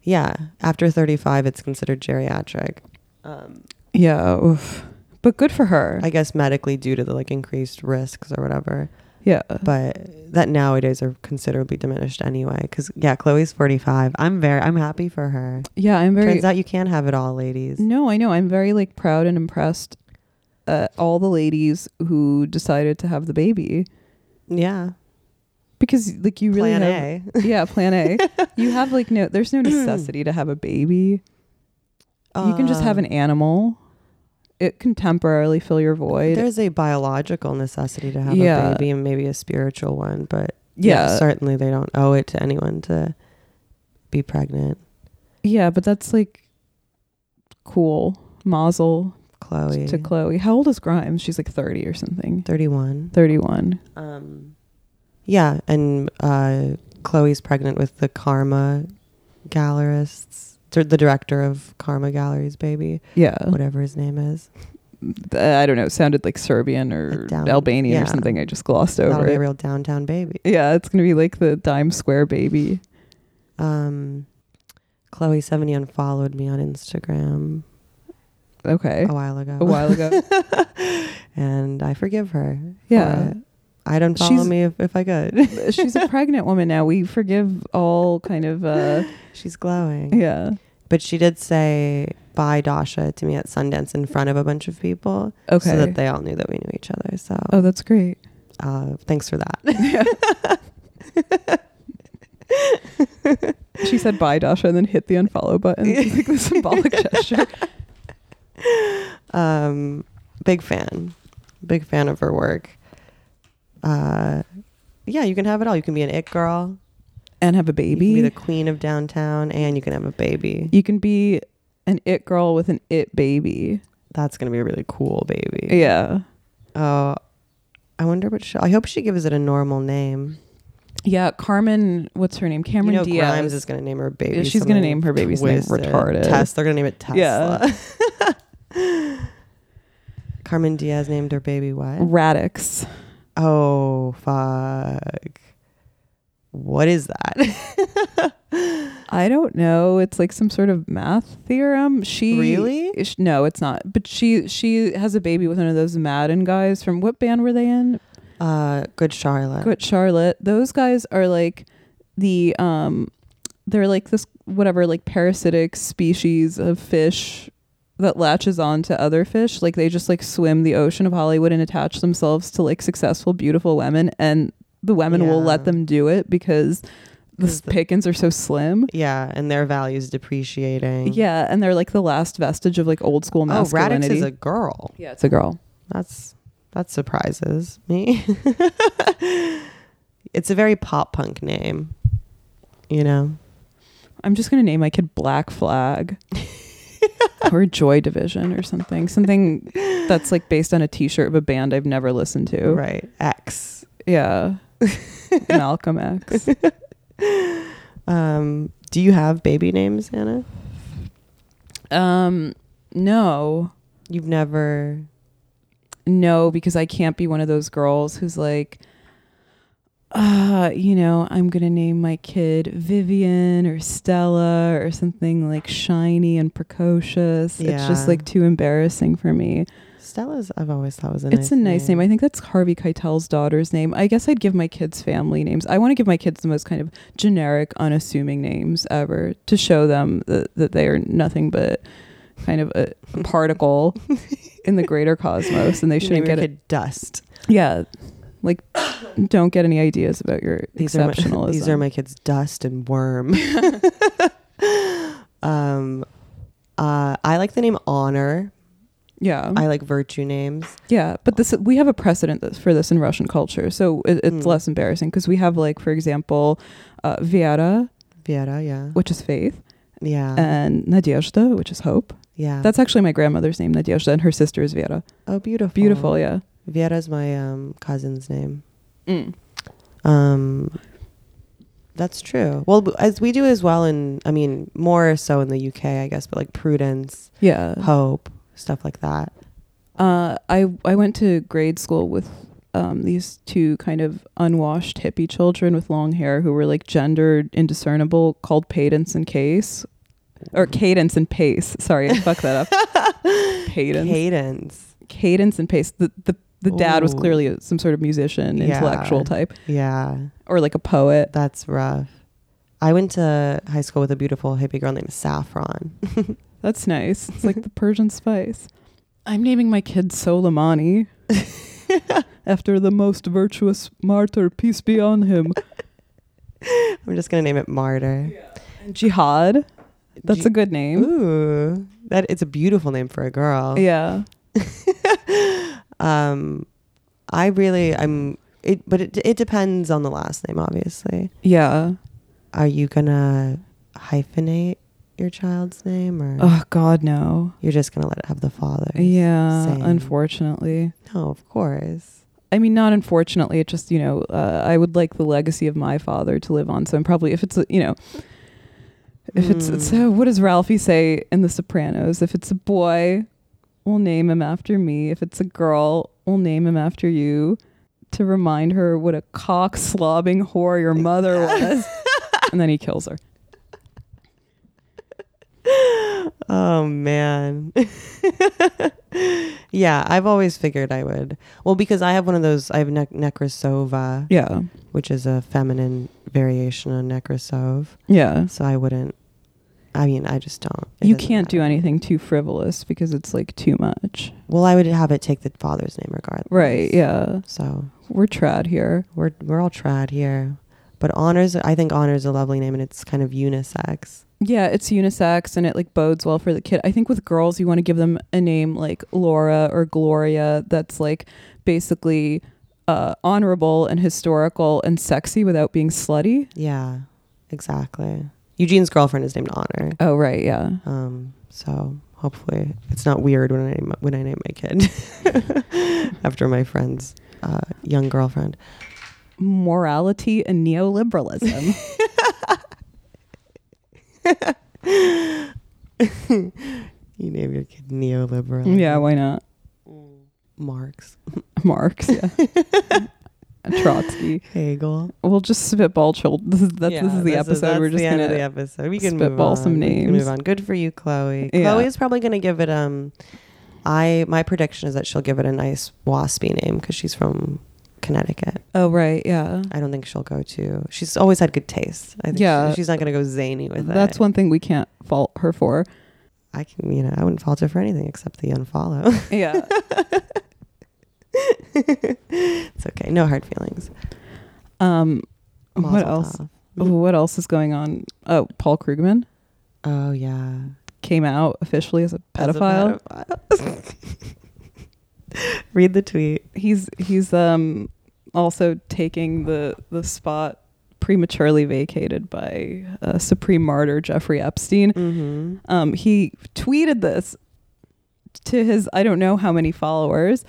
Speaker 2: Yeah, after 35, it's considered geriatric. Um,
Speaker 1: yeah oof. but good for her
Speaker 2: I guess medically due to the like increased risks or whatever,
Speaker 1: yeah
Speaker 2: but that nowadays are considerably diminished anyway. Because yeah, Chloe's 45. I'm very, I'm happy for her.
Speaker 1: yeah i'm very
Speaker 2: Turns out you can have it all, ladies.
Speaker 1: No, I know. I'm very like proud and impressed at all the ladies who decided to have the baby
Speaker 2: Yeah,
Speaker 1: because like you really
Speaker 2: plan
Speaker 1: have,
Speaker 2: A.
Speaker 1: yeah plan A. you have like no, there's no necessity to have a baby. you can just have an
Speaker 2: Um,
Speaker 1: animal. It can temporarily fill your void.
Speaker 2: There's a biological necessity to have
Speaker 1: Yeah.
Speaker 2: a baby and maybe a spiritual one, but
Speaker 1: yeah, yeah,
Speaker 2: certainly they don't owe it to anyone to be pregnant.
Speaker 1: but that's like cool. Mazel
Speaker 2: Chloe,
Speaker 1: to Chloe. How old is Grimes? She's like thirty or something.
Speaker 2: 31.
Speaker 1: Thirty-one.
Speaker 2: Um, yeah, and uh, Chloe's pregnant with the Karma Gallerists, dir- the director of Karma Galleries, baby,
Speaker 1: Yeah,
Speaker 2: whatever his name is.
Speaker 1: Th- I don't know. It sounded like Serbian or
Speaker 2: Like down-
Speaker 1: Albanian
Speaker 2: yeah.
Speaker 1: or something. I just glossed
Speaker 2: That'll
Speaker 1: over
Speaker 2: be a
Speaker 1: it.
Speaker 2: real downtown baby.
Speaker 1: Yeah, it's gonna be like the dime square baby.
Speaker 2: Um, Chloe seventy unfollowed me on Instagram
Speaker 1: Okay,
Speaker 2: a while ago,
Speaker 1: a while ago.
Speaker 2: and I forgive her. for
Speaker 1: Yeah.
Speaker 2: it. I'd unfollow
Speaker 1: She's-
Speaker 2: me if, if I could.
Speaker 1: she's a pregnant woman now. We forgive all kind of. uh
Speaker 2: She's glowing.
Speaker 1: Yeah.
Speaker 2: But she did say bye, Dasha, to me at Sundance in front of a bunch of people.
Speaker 1: Okay.
Speaker 2: so that they all knew that we knew each other. So
Speaker 1: oh, that's great.
Speaker 2: uh, thanks for that.
Speaker 1: She said bye, Dasha, and then hit the unfollow button. It's like the symbolic gesture.
Speaker 2: Um, big fan, big fan of her work. Uh, yeah, you can have it all. You can be an it girl.
Speaker 1: and have a baby.
Speaker 2: You can be the queen of downtown and you can have a baby.
Speaker 1: you can be an it girl with an it baby.
Speaker 2: That's gonna be a really cool baby.
Speaker 1: Yeah.
Speaker 2: Uh, I wonder what she. I hope she gives it a normal name.
Speaker 1: Yeah. Carmen, what's her name? Cameron
Speaker 2: you know,
Speaker 1: Diaz.
Speaker 2: Grimes is gonna name her baby.
Speaker 1: Yeah, she's gonna
Speaker 2: something
Speaker 1: name her baby's name
Speaker 2: twisted.
Speaker 1: retarded.
Speaker 2: Tess. They're gonna name it Tesla.
Speaker 1: Yeah.
Speaker 2: Carmen Diaz named her baby what?
Speaker 1: Radix.
Speaker 2: Oh fuck! What is that?
Speaker 1: I don't know. It's like some sort of math theorem. She
Speaker 2: Really?
Speaker 1: Ish- No, it's not. But she she has a baby with one of those Madden guys from what band were they in?
Speaker 2: Uh, good Charlotte.
Speaker 1: Good Charlotte. Those guys are like the um they're like this whatever like parasitic species of fish that latches on to other fish. Like they just like swim the ocean of Hollywood and attach themselves to like successful beautiful women and the women will
Speaker 2: Yeah.
Speaker 1: let them do it because the
Speaker 2: 'Cause the-
Speaker 1: pickings are so slim.
Speaker 2: Yeah, and their values depreciating.
Speaker 1: Yeah, and they're like the last vestige of like old school
Speaker 2: Oh, Radix
Speaker 1: masculinity.
Speaker 2: is a girl.
Speaker 1: yeah, it's a girl.
Speaker 2: That's that surprises me. it's a very pop punk name. You know.
Speaker 1: I'm just gonna name my kid Black Flag or Joy Division or something. Something that's like based on a T-shirt of a band I've never listened to.
Speaker 2: Right. X.
Speaker 1: Yeah, Malcolm X.
Speaker 2: Um, do you have baby names, Anna?
Speaker 1: Um, no,
Speaker 2: You've never
Speaker 1: no, because I can't be one of those girls who's like. Uh, you know, I'm gonna name my kid Vivian or Stella or something like shiny and precocious. It's
Speaker 2: Yeah.
Speaker 1: just like too embarrassing for me.
Speaker 2: Stella's I've always thought was a nice
Speaker 1: It's a nice name. I think that's Harvey Keitel's daughter's name. I guess I'd give my kids family names. I want to give my kids the most kind of generic, unassuming names ever to show them that, that they are nothing but kind of a, a particle in the greater cosmos and they
Speaker 2: You
Speaker 1: shouldn't
Speaker 2: name your
Speaker 1: get it.
Speaker 2: kid Dust.
Speaker 1: Yeah. Like, don't get any ideas about your
Speaker 2: These are my,
Speaker 1: exceptionalism.
Speaker 2: these are my kids Dust and Worm. um uh, I like the name Honor.
Speaker 1: yeah.
Speaker 2: I like virtue names.
Speaker 1: Yeah, but this we have a precedent this- for this in Russian culture, so it, it's
Speaker 2: Mm.
Speaker 1: less embarrassing because we have like, for example, uh, Viera,
Speaker 2: Viera, yeah.
Speaker 1: which is faith,
Speaker 2: Yeah.
Speaker 1: and Nadezhda, which is hope.
Speaker 2: yeah.
Speaker 1: uh, That's actually my grandmother's name, Nadezhda, and her sister is Vera.
Speaker 2: oh beautiful.
Speaker 1: Beautiful, yeah.
Speaker 2: Viera's my um, cousin's name.
Speaker 1: Mm.
Speaker 2: Um, that's true. Well, b- as we do as well in, I mean, more so in the UK, I guess, but like prudence,
Speaker 1: Yeah.
Speaker 2: hope, stuff like that.
Speaker 1: Uh, I I went to grade school with um, these two kind of unwashed hippie children with long hair who were like gendered indiscernible, called Cadence and Case, or
Speaker 2: Mm-hmm.
Speaker 1: Cadence and Pace. Sorry, I fucked that up. Cadence,
Speaker 2: Cadence.
Speaker 1: Cadence and Pace. The the the dad was
Speaker 2: Ooh.
Speaker 1: clearly some sort of musician,
Speaker 2: Yeah.
Speaker 1: intellectual type,
Speaker 2: Yeah,
Speaker 1: or like a poet.
Speaker 2: that's rough. I went to high school with a beautiful hippie girl named Saffron.
Speaker 1: That's nice. It's like the Persian spice. I'm naming my kid Soleimani after the most virtuous martyr, peace be on him.
Speaker 2: I'm just gonna name it Martyr.
Speaker 1: Jihad. That's a good name.
Speaker 2: Ooh, that it's a beautiful name for a girl.
Speaker 1: Yeah.
Speaker 2: Um, I really, I'm. It, but it it depends on the last name, obviously.
Speaker 1: Yeah.
Speaker 2: Are you gonna hyphenate your child's name, or
Speaker 1: Oh, God, no.
Speaker 2: you're just gonna let it have the father?
Speaker 1: Yeah.
Speaker 2: Same.
Speaker 1: Unfortunately.
Speaker 2: No, of course.
Speaker 1: I mean, not unfortunately. It just, you know, uh, I would like the legacy of my father to live on. So I'm probably, if it's, a, you know, if it's,
Speaker 2: Hmm.
Speaker 1: so what does Ralphie say in The Sopranos? If it's a boy, we'll name him after me. If it's a girl, we'll name him after you to remind her what a cock slobbing whore your mother was. and then he kills her.
Speaker 2: Oh man. yeah, I've always figured I would. Well, because I have one of those. I have ne- Necrosova,
Speaker 1: Yeah.
Speaker 2: which is a feminine variation on Necrosov.
Speaker 1: Yeah.
Speaker 2: So I wouldn't. I mean, I just don't. It
Speaker 1: You
Speaker 2: doesn't
Speaker 1: can't do
Speaker 2: matter.
Speaker 1: anything too frivolous because it's like too much.
Speaker 2: Well, I would have it take the father's name regardless.
Speaker 1: Right. Yeah.
Speaker 2: So
Speaker 1: We're trad here.
Speaker 2: we're we're all trad here, but honors. I think honors a lovely name, and it's kind of unisex.
Speaker 1: Yeah, it's unisex and it like bodes well for the kid. I think with girls, you want to give them a name like Laura or Gloria that's like basically uh, honorable and historical and sexy without being slutty.
Speaker 2: Yeah. Exactly. Eugene's girlfriend is named Honor.
Speaker 1: Oh right, yeah.
Speaker 2: Um, so hopefully it's not weird when I name, when I name my kid after my friend's uh, young girlfriend.
Speaker 1: Morality and neoliberalism.
Speaker 2: You name your kid neoliberal.
Speaker 1: yeah, why not?
Speaker 2: Marx,
Speaker 1: Marx, yeah. Trotsky.
Speaker 2: Hegel.
Speaker 1: We'll just spitball children. This is, that's, this
Speaker 2: Yeah,
Speaker 1: is the episode.
Speaker 2: that's
Speaker 1: We're just
Speaker 2: the end of the
Speaker 1: gonna.
Speaker 2: episode. We can move
Speaker 1: spitball
Speaker 2: on.
Speaker 1: some
Speaker 2: We can
Speaker 1: names.
Speaker 2: move on. Good for you, Chloe.
Speaker 1: Yeah.
Speaker 2: Chloe is probably gonna give it. Um, I my prediction is that she'll give it a nice waspy name because she's from Connecticut.
Speaker 1: Oh right, yeah.
Speaker 2: I don't think she'll go to. She's always had good taste. I think
Speaker 1: Yeah.
Speaker 2: she- she's not gonna go zany with it.
Speaker 1: That's one thing we can't fault her for.
Speaker 2: I can, you know, I wouldn't fault her for anything except the unfollow.
Speaker 1: Yeah.
Speaker 2: it's okay. No hard feelings.
Speaker 1: um, what
Speaker 2: Mazel
Speaker 1: else?
Speaker 2: tov.
Speaker 1: What else is going on? Oh, Paul Krugman
Speaker 2: Oh yeah.
Speaker 1: came out officially as a
Speaker 2: As a
Speaker 1: pedophile.
Speaker 2: pedophile. Read the tweet.
Speaker 1: he's he's um also taking the the spot prematurely vacated by uh, supreme martyr Jeffrey Epstein.
Speaker 2: Mm-hmm.
Speaker 1: Um, he tweeted this to his I don't know how many followers,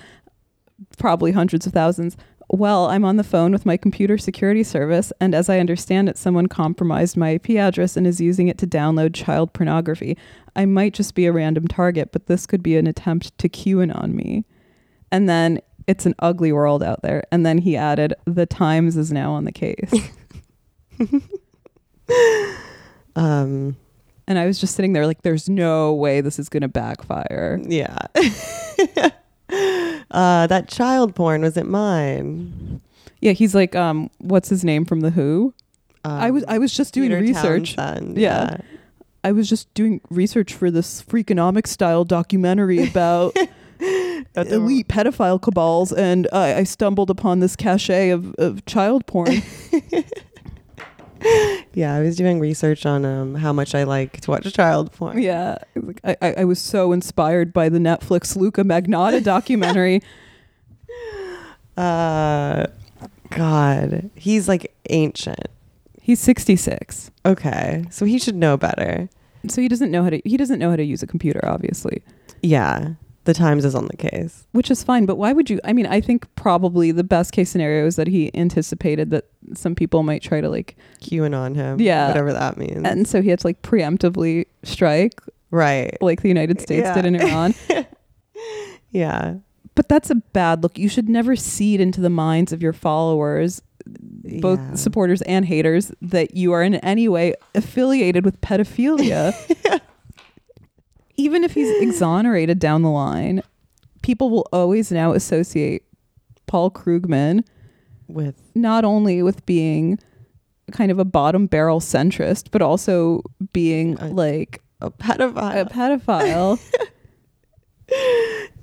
Speaker 1: probably hundreds of thousands. Well, I'm on the phone with my computer security service, and as I understand it, someone compromised my IP address and is using it to download child pornography. I might just be a random target, but this could be an attempt to QAnon me. And then it's an ugly world out there. And then he added, The Times is now on the case.
Speaker 2: Um.
Speaker 1: and I was just sitting there like, There's no way this is going to backfire.
Speaker 2: Yeah. uh, that child porn wasn't mine.
Speaker 1: Yeah, he's like, um, what's his name from the Who? I was I was just doing
Speaker 2: Um, Peter
Speaker 1: research.
Speaker 2: Townsend,
Speaker 1: Yeah. I was just doing research for this freakonomic style documentary about
Speaker 2: That the-
Speaker 1: elite pedophile cabals, and I, I stumbled upon this cachet of, of child porn.
Speaker 2: Yeah, I was doing research on um how much I like to watch child porn.
Speaker 1: yeah, Like, I, I I was so inspired by the Netflix Luca Magnotta documentary.
Speaker 2: Uh, God, he's like ancient.
Speaker 1: He's sixty six,
Speaker 2: Okay, so he should know better.
Speaker 1: so he doesn't know how to he doesn't know how to use a computer, obviously.
Speaker 2: Yeah, the Times is on the case.
Speaker 1: which is fine but why would you i mean i think probably the best case scenario is that he anticipated that some people might try to like
Speaker 2: QAnon him.
Speaker 1: Yeah.
Speaker 2: whatever that means.
Speaker 1: and so he had to like preemptively strike
Speaker 2: right.
Speaker 1: like the united states
Speaker 2: Yeah.
Speaker 1: did in iran
Speaker 2: Yeah.
Speaker 1: but that's a bad look you should never seed into the minds of your followers both
Speaker 2: Yeah.
Speaker 1: supporters and haters that you are in any way affiliated with pedophilia even if he's exonerated down the line people will always now associate paul krugman
Speaker 2: with
Speaker 1: not only with being kind of a bottom barrel centrist, but also being
Speaker 2: I-
Speaker 1: like
Speaker 2: a
Speaker 1: a
Speaker 2: pedophile
Speaker 1: pedophile,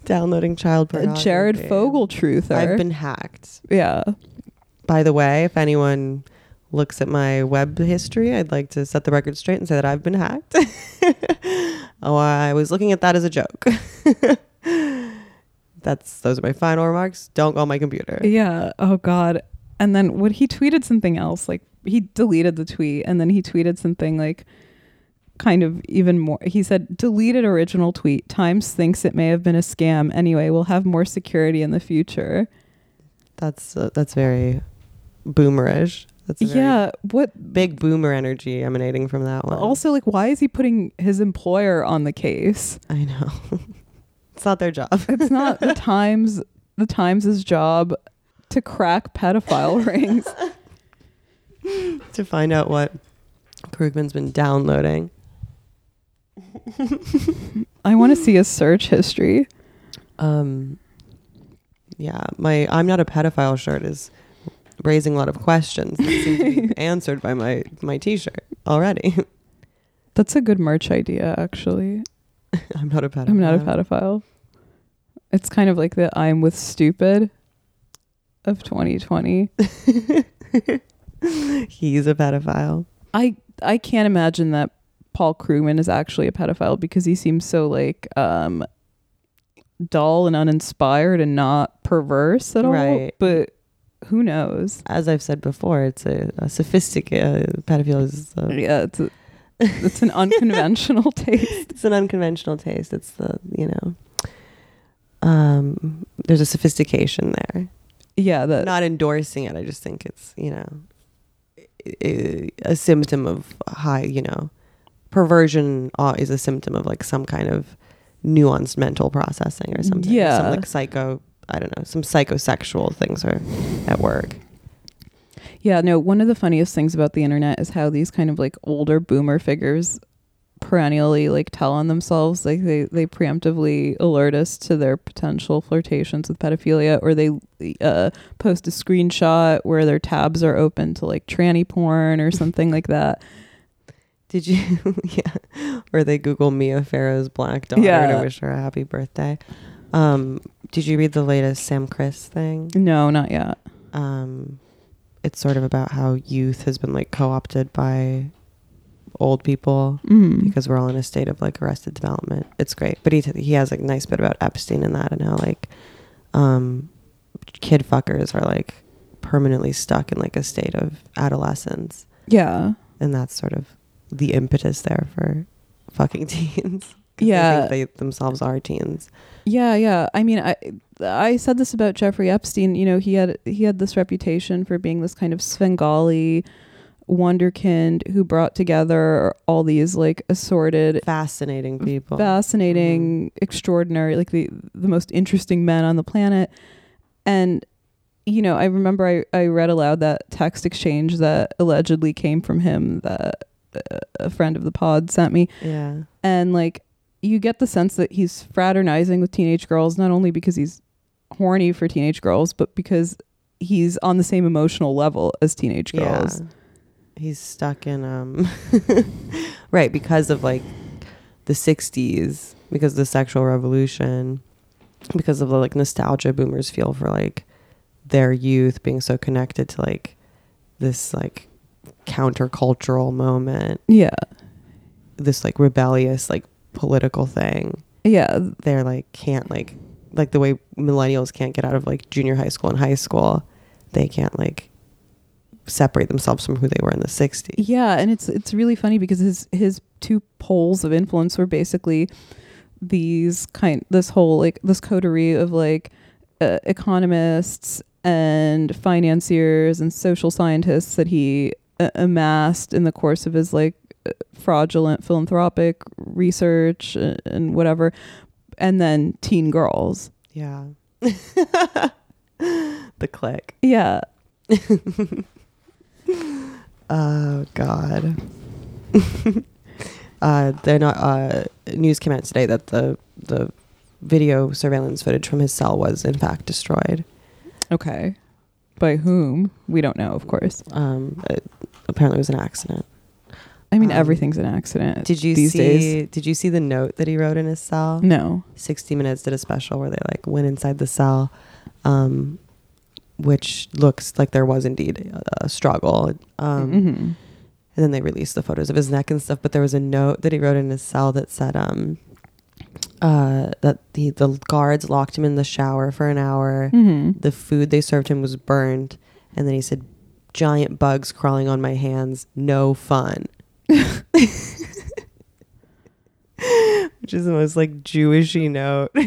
Speaker 2: downloading child
Speaker 1: a
Speaker 2: pornography.
Speaker 1: Jared Fogle truther.
Speaker 2: I've been hacked.
Speaker 1: yeah.
Speaker 2: By the way, if anyone looks at my web history, I'd like to set the record straight and say that I've been hacked. oh, I was looking at that as a joke. That's those are my final remarks. Don't go on my computer.
Speaker 1: Yeah. Oh God. And then what he tweeted something else, like he deleted the tweet and then he tweeted something like kind of even more he said deleted original tweet times thinks it may have been a scam anyway we'll have more security in the future
Speaker 2: That's uh, that's very boomerish. That's a very
Speaker 1: yeah what
Speaker 2: big boomer energy emanating from that one.
Speaker 1: also like why is he putting his employer on the case
Speaker 2: I know. it's not their job.
Speaker 1: It's not the Times. The Times' job to crack pedophile rings.
Speaker 2: to find out what Krugman's been downloading.
Speaker 1: I want to see his search history.
Speaker 2: Um, yeah, my I'm not a pedophile shirt is raising a lot of questions that seem to be answered by my my t-shirt already.
Speaker 1: That's a good merch idea, actually.
Speaker 2: I'm not a pedophile.
Speaker 1: I'm not a pedophile. It's kind of like the I'm with stupid of 2020.
Speaker 2: He's a pedophile.
Speaker 1: I I can't imagine that Paul Krugman is actually a pedophile because he seems so like um dull and uninspired and not perverse at all.
Speaker 2: Right.
Speaker 1: But who knows?
Speaker 2: As I've said before, it's a, a sophisticated uh, pedophilia is uh,
Speaker 1: Oh, Yeah, it's a, it's an unconventional taste.
Speaker 2: it's an unconventional taste. It's the you know, um, there's a sophistication there.
Speaker 1: Yeah, that
Speaker 2: Not endorsing it. I just think it's you know, i- a symptom of high you know, perversion uh, is a symptom of like some kind of nuanced mental processing or something.
Speaker 1: Yeah.
Speaker 2: some like psycho. I don't know. Some psychosexual things are at work.
Speaker 1: Yeah, no, one of the funniest things about the internet is how these kind of like older boomer figures perennially like tell on themselves like they they preemptively alert us to their potential flirtations with pedophilia or they uh post a screenshot where their tabs are open to like tranny porn or something like that
Speaker 2: Did you? yeah. Or they Google Mia Farrow's black daughter
Speaker 1: Yeah.
Speaker 2: to wish her a happy birthday. Um, did you read the latest Sam Chris thing?
Speaker 1: no not yet
Speaker 2: Um, it's sort of about how youth has been like co-opted by old people
Speaker 1: mm.
Speaker 2: because we're all in a state of like arrested development. It's great, but he he has like a nice bit about Epstein and that and how like um, kid fuckers are like permanently stuck in like a state of adolescence
Speaker 1: yeah
Speaker 2: and that's sort of the impetus there for fucking teens. 'Cause
Speaker 1: Yeah.
Speaker 2: they, think they themselves are teens.
Speaker 1: Yeah, yeah. I mean, I I said this about Jeffrey Epstein. You know, he had he had this reputation for being this kind of Svengali wonderkind who brought together all these like assorted,
Speaker 2: Fascinating people.
Speaker 1: fascinating, extraordinary, like the the most interesting men on the planet. And you know, I remember I I read aloud that text exchange that allegedly came from him that uh, a friend of the pod sent me
Speaker 2: yeah,
Speaker 1: and like you get the sense that he's fraternizing with teenage girls not only because he's horny for teenage girls but because he's on the same emotional level as teenage girls
Speaker 2: yeah. He's stuck in um, right because of like the '60s, because of the sexual revolution, because of the like nostalgia boomers feel for like their youth being so connected to like this like countercultural moment
Speaker 1: yeah
Speaker 2: this like rebellious like political thing
Speaker 1: yeah
Speaker 2: they're like can't like like the way millennials can't get out of like junior high school and high school they can't like separate themselves from who they were in the 60s
Speaker 1: yeah and it's it's really funny because his his two poles of influence were basically these kind this whole like this coterie of like uh, economists and financiers and social scientists that he uh, amassed in the course of his like uh, fraudulent philanthropic research and, and whatever and then teen girls
Speaker 2: yeah the click
Speaker 1: yeah
Speaker 2: oh god uh they're not uh news came out today that the the video surveillance footage from his cell was in fact destroyed
Speaker 1: okay by whom we don't know of course
Speaker 2: um it, apparently it was an accident
Speaker 1: i mean
Speaker 2: Um,
Speaker 1: everything's an accident
Speaker 2: Did you
Speaker 1: these
Speaker 2: see?
Speaker 1: days
Speaker 2: Did you see the note that he wrote in his cell?
Speaker 1: no
Speaker 2: 60 Minutes did a special where they like went inside the cell, um, which looks like there was indeed a, a struggle. Um,
Speaker 1: Mhm.
Speaker 2: And then they released the photos of his neck and stuff. But there was a note that he wrote in his cell that said um, uh, that the the guards locked him in the shower for an hour.
Speaker 1: Mhm.
Speaker 2: The food they served him was burned, and then he said, "Giant bugs crawling on my hands, no fun." Which is the most like Jewishy note.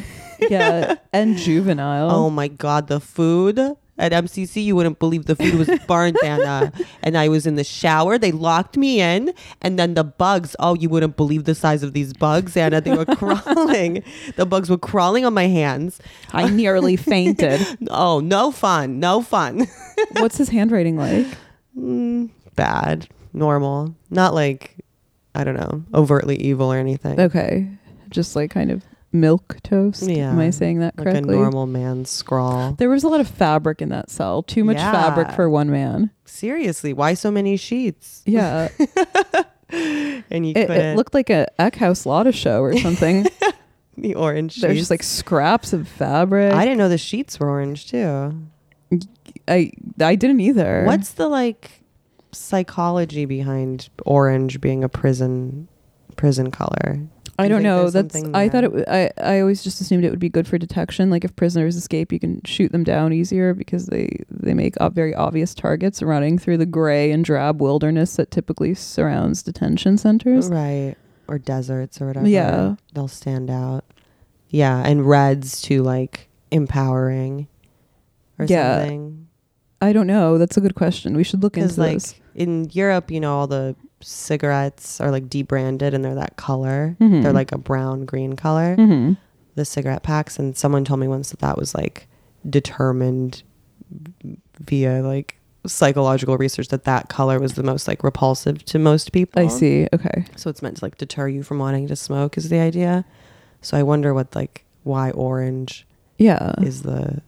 Speaker 1: yeah, and juvenile.
Speaker 2: Oh my god, the food at MCC, you wouldn't believe the food was burnt, Anna. And I was in the shower. They locked me in, and then the bugs. Oh, you wouldn't believe the size of these bugs, Anna. They were crawling. the bugs were crawling on my hands.
Speaker 1: I nearly fainted.
Speaker 2: Oh, no fun, no fun.
Speaker 1: What's his handwriting like?
Speaker 2: mm, bad, normal, not like I don't know, overtly evil or anything.
Speaker 1: Okay, just like kind of milk toast.
Speaker 2: Yeah.
Speaker 1: Am I saying that
Speaker 2: Like a
Speaker 1: correctly?
Speaker 2: normal man's scrawl.
Speaker 1: there was a lot of fabric in that cell. Too much
Speaker 2: Yeah.
Speaker 1: fabric for one man.
Speaker 2: Seriously, why so many sheets?
Speaker 1: Yeah, it,
Speaker 2: And you
Speaker 1: it
Speaker 2: couldn't
Speaker 1: looked like a Eckhouse Lotta show or something.
Speaker 2: the orange.
Speaker 1: There's
Speaker 2: sheets.
Speaker 1: just like scraps of fabric.
Speaker 2: I
Speaker 1: I,
Speaker 2: didn't know the sheets were orange too.
Speaker 1: I didn't either.
Speaker 2: What's the like psychology behind orange being a prison prison color?
Speaker 1: I
Speaker 2: You
Speaker 1: don't
Speaker 2: think
Speaker 1: know.
Speaker 2: there's
Speaker 1: That's
Speaker 2: something
Speaker 1: I thought
Speaker 2: there?
Speaker 1: it. W- I I always just assumed it would be good for detection. Like if prisoners escape, you can shoot them down easier because they they make ob- very obvious targets running through the gray and drab wilderness that typically surrounds detention centers.
Speaker 2: right or deserts or whatever.
Speaker 1: Yeah.
Speaker 2: they'll stand out. Yeah, and reds to like empowering or
Speaker 1: Yeah.
Speaker 2: something.
Speaker 1: I don't know. That's a good question. We should look into
Speaker 2: Because like
Speaker 1: this.
Speaker 2: in Europe, you know, all the cigarettes are like debranded and they're that color.
Speaker 1: Mhm.
Speaker 2: They're like a brown green color.
Speaker 1: hmm
Speaker 2: The cigarette packs, and someone told me once that that was like determined via like psychological research that that color was the most like repulsive to most people.
Speaker 1: I see. Okay.
Speaker 2: So it's meant to like deter you from wanting to smoke is the idea. So I wonder what like why orange
Speaker 1: Yeah.
Speaker 2: is the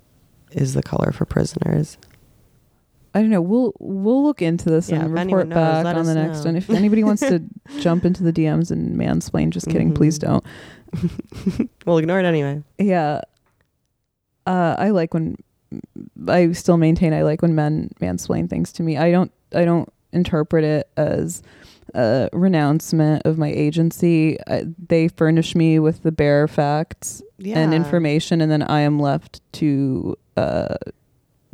Speaker 2: is the color for prisoners.
Speaker 1: I don't know. We'll we'll look into this
Speaker 2: Yeah,
Speaker 1: and
Speaker 2: if
Speaker 1: report
Speaker 2: anyone knows,
Speaker 1: back
Speaker 2: let
Speaker 1: on the
Speaker 2: us
Speaker 1: next
Speaker 2: know.
Speaker 1: one. If anybody wants to jump into the DMs and mansplain, just kidding. Please
Speaker 2: Mhm.
Speaker 1: don't.
Speaker 2: We'll ignore it anyway.
Speaker 1: Yeah. Uh, I like when I still maintain I like when men mansplain things to me. I don't I don't interpret it as a renouncement of my agency. I, they furnish me with the bare facts
Speaker 2: Yeah.
Speaker 1: and information, and then I am left to uh,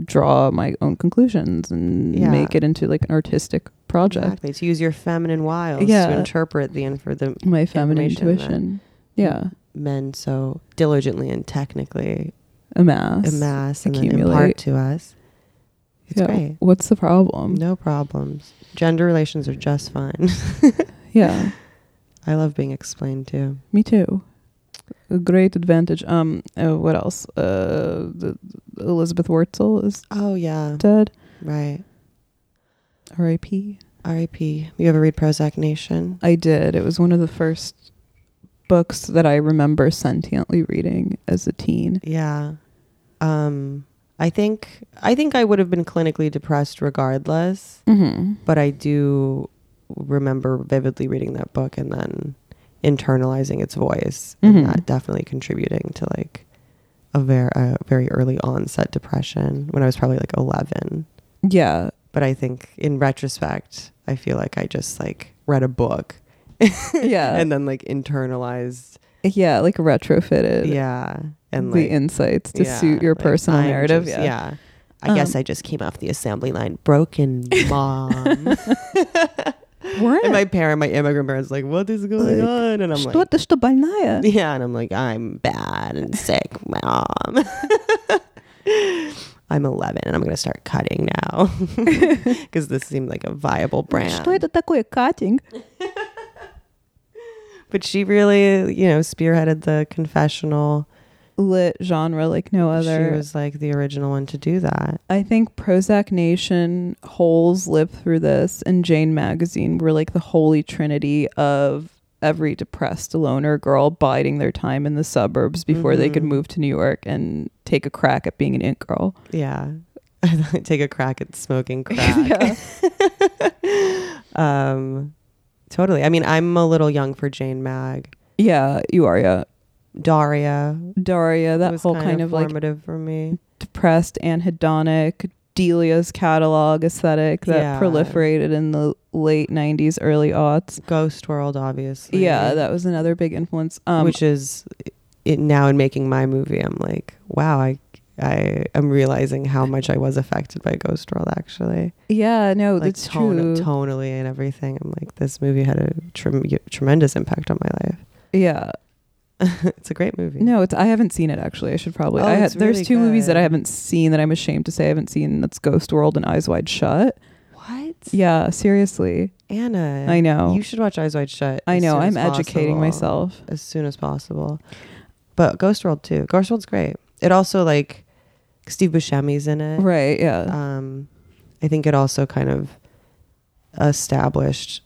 Speaker 1: draw my own conclusions and
Speaker 2: Yeah.
Speaker 1: make it into like an artistic project.
Speaker 2: Exactly. To use your feminine wiles
Speaker 1: Yeah.
Speaker 2: to interpret the infor the
Speaker 1: My feminine
Speaker 2: Information that-
Speaker 1: intuition. Yeah,
Speaker 2: men so diligently and technically
Speaker 1: amass.
Speaker 2: amass and then
Speaker 1: accumulate.
Speaker 2: impart to us. It's
Speaker 1: Yeah.
Speaker 2: great.
Speaker 1: What's the problem?
Speaker 2: No problems. Gender relations are just fine.
Speaker 1: Yeah.
Speaker 2: I love being explained to.
Speaker 1: Me too. A great advantage. Um, uh, what else? Uh, the, Elizabeth Wurtzel is
Speaker 2: Oh yeah.
Speaker 1: dead.
Speaker 2: Right.
Speaker 1: R.I.P.
Speaker 2: R.I.P. You ever read Prozac Nation?
Speaker 1: I did. It was one of the first books that I remember sentiently reading as a teen.
Speaker 2: Yeah. Um I think I think I would have been clinically depressed regardless,
Speaker 1: Mm-hmm.
Speaker 2: but I do remember vividly reading that book and then internalizing its voice
Speaker 1: Mhm.
Speaker 2: and that definitely contributing to like a very a very early onset depression when I was probably like 11.
Speaker 1: Yeah,
Speaker 2: But I think in retrospect, I feel like I just like read a book
Speaker 1: yeah,
Speaker 2: and then like internalized
Speaker 1: yeah. Like retrofitted
Speaker 2: yeah and
Speaker 1: the
Speaker 2: like
Speaker 1: insights to
Speaker 2: Yeah,
Speaker 1: suit your
Speaker 2: like,
Speaker 1: personal
Speaker 2: I'm
Speaker 1: narrative.
Speaker 2: just-
Speaker 1: yeah.
Speaker 2: I guess
Speaker 1: Um,
Speaker 2: I just came off the assembly line broken, mom.
Speaker 1: Weren't
Speaker 2: and my parent, my immigrant parents, like, what is going
Speaker 1: Like,
Speaker 2: on? And I'm
Speaker 1: что
Speaker 2: like,
Speaker 1: ты что больная?
Speaker 2: yeah, and I'm like, I'm bad and sick, mom. I'm 11 and I'm gonna start cutting now because this seemed like a viable brand.
Speaker 1: Что это такое cutting?
Speaker 2: But she really, you know, spearheaded the confessional.
Speaker 1: Lit genre like no other.
Speaker 2: She was like the original one to do that.
Speaker 1: I think Prozac Nation, Holes Lip Through This, and Jane Magazine were like the holy trinity of every depressed loner girl biding their time in the suburbs before they could
Speaker 2: Mhm.
Speaker 1: move to New York and take a crack at being an ink girl.
Speaker 2: Yeah. Take a crack at smoking crack.
Speaker 1: yeah.
Speaker 2: Um, totally. I mean, I'm a little young for Jane Mag.
Speaker 1: yeah, you are, yeah.
Speaker 2: Daria.
Speaker 1: Daria, that
Speaker 2: was
Speaker 1: whole kind, of, like
Speaker 2: formative for me.
Speaker 1: depressed anhedonic Delia's catalog aesthetic that
Speaker 2: Yeah.
Speaker 1: proliferated in the late 90s, early aughts.
Speaker 2: Ghost World, obviously.
Speaker 1: Yeah, that was another big influence. Um,
Speaker 2: which is it now in making my movie. I'm like, wow, I I am realizing how much I was affected by Ghost World. Actually,
Speaker 1: yeah, no,
Speaker 2: like
Speaker 1: that's
Speaker 2: tone-
Speaker 1: true.
Speaker 2: tonally and everything. I'm like, this movie had a trem- tremendous impact on my life.
Speaker 1: Yeah.
Speaker 2: it's a great movie.
Speaker 1: No, it's I haven't seen it actually. I should probably.
Speaker 2: Oh,
Speaker 1: I ha-
Speaker 2: it's
Speaker 1: there's
Speaker 2: really
Speaker 1: two movies that I
Speaker 2: good.
Speaker 1: haven't seen that I'm ashamed to say I haven't seen. That's Ghost World and Eyes Wide Shut.
Speaker 2: What?
Speaker 1: Yeah, seriously.
Speaker 2: Anna.
Speaker 1: I know.
Speaker 2: You should watch Eyes Wide Shut.
Speaker 1: I
Speaker 2: as
Speaker 1: know.
Speaker 2: soon as
Speaker 1: I'm educating
Speaker 2: possible.
Speaker 1: myself.
Speaker 2: as soon as possible. But Ghost World too. Ghost World's great. It also like Steve Buscemi's in it.
Speaker 1: Right. Yeah.
Speaker 2: Um, I think it also kind of established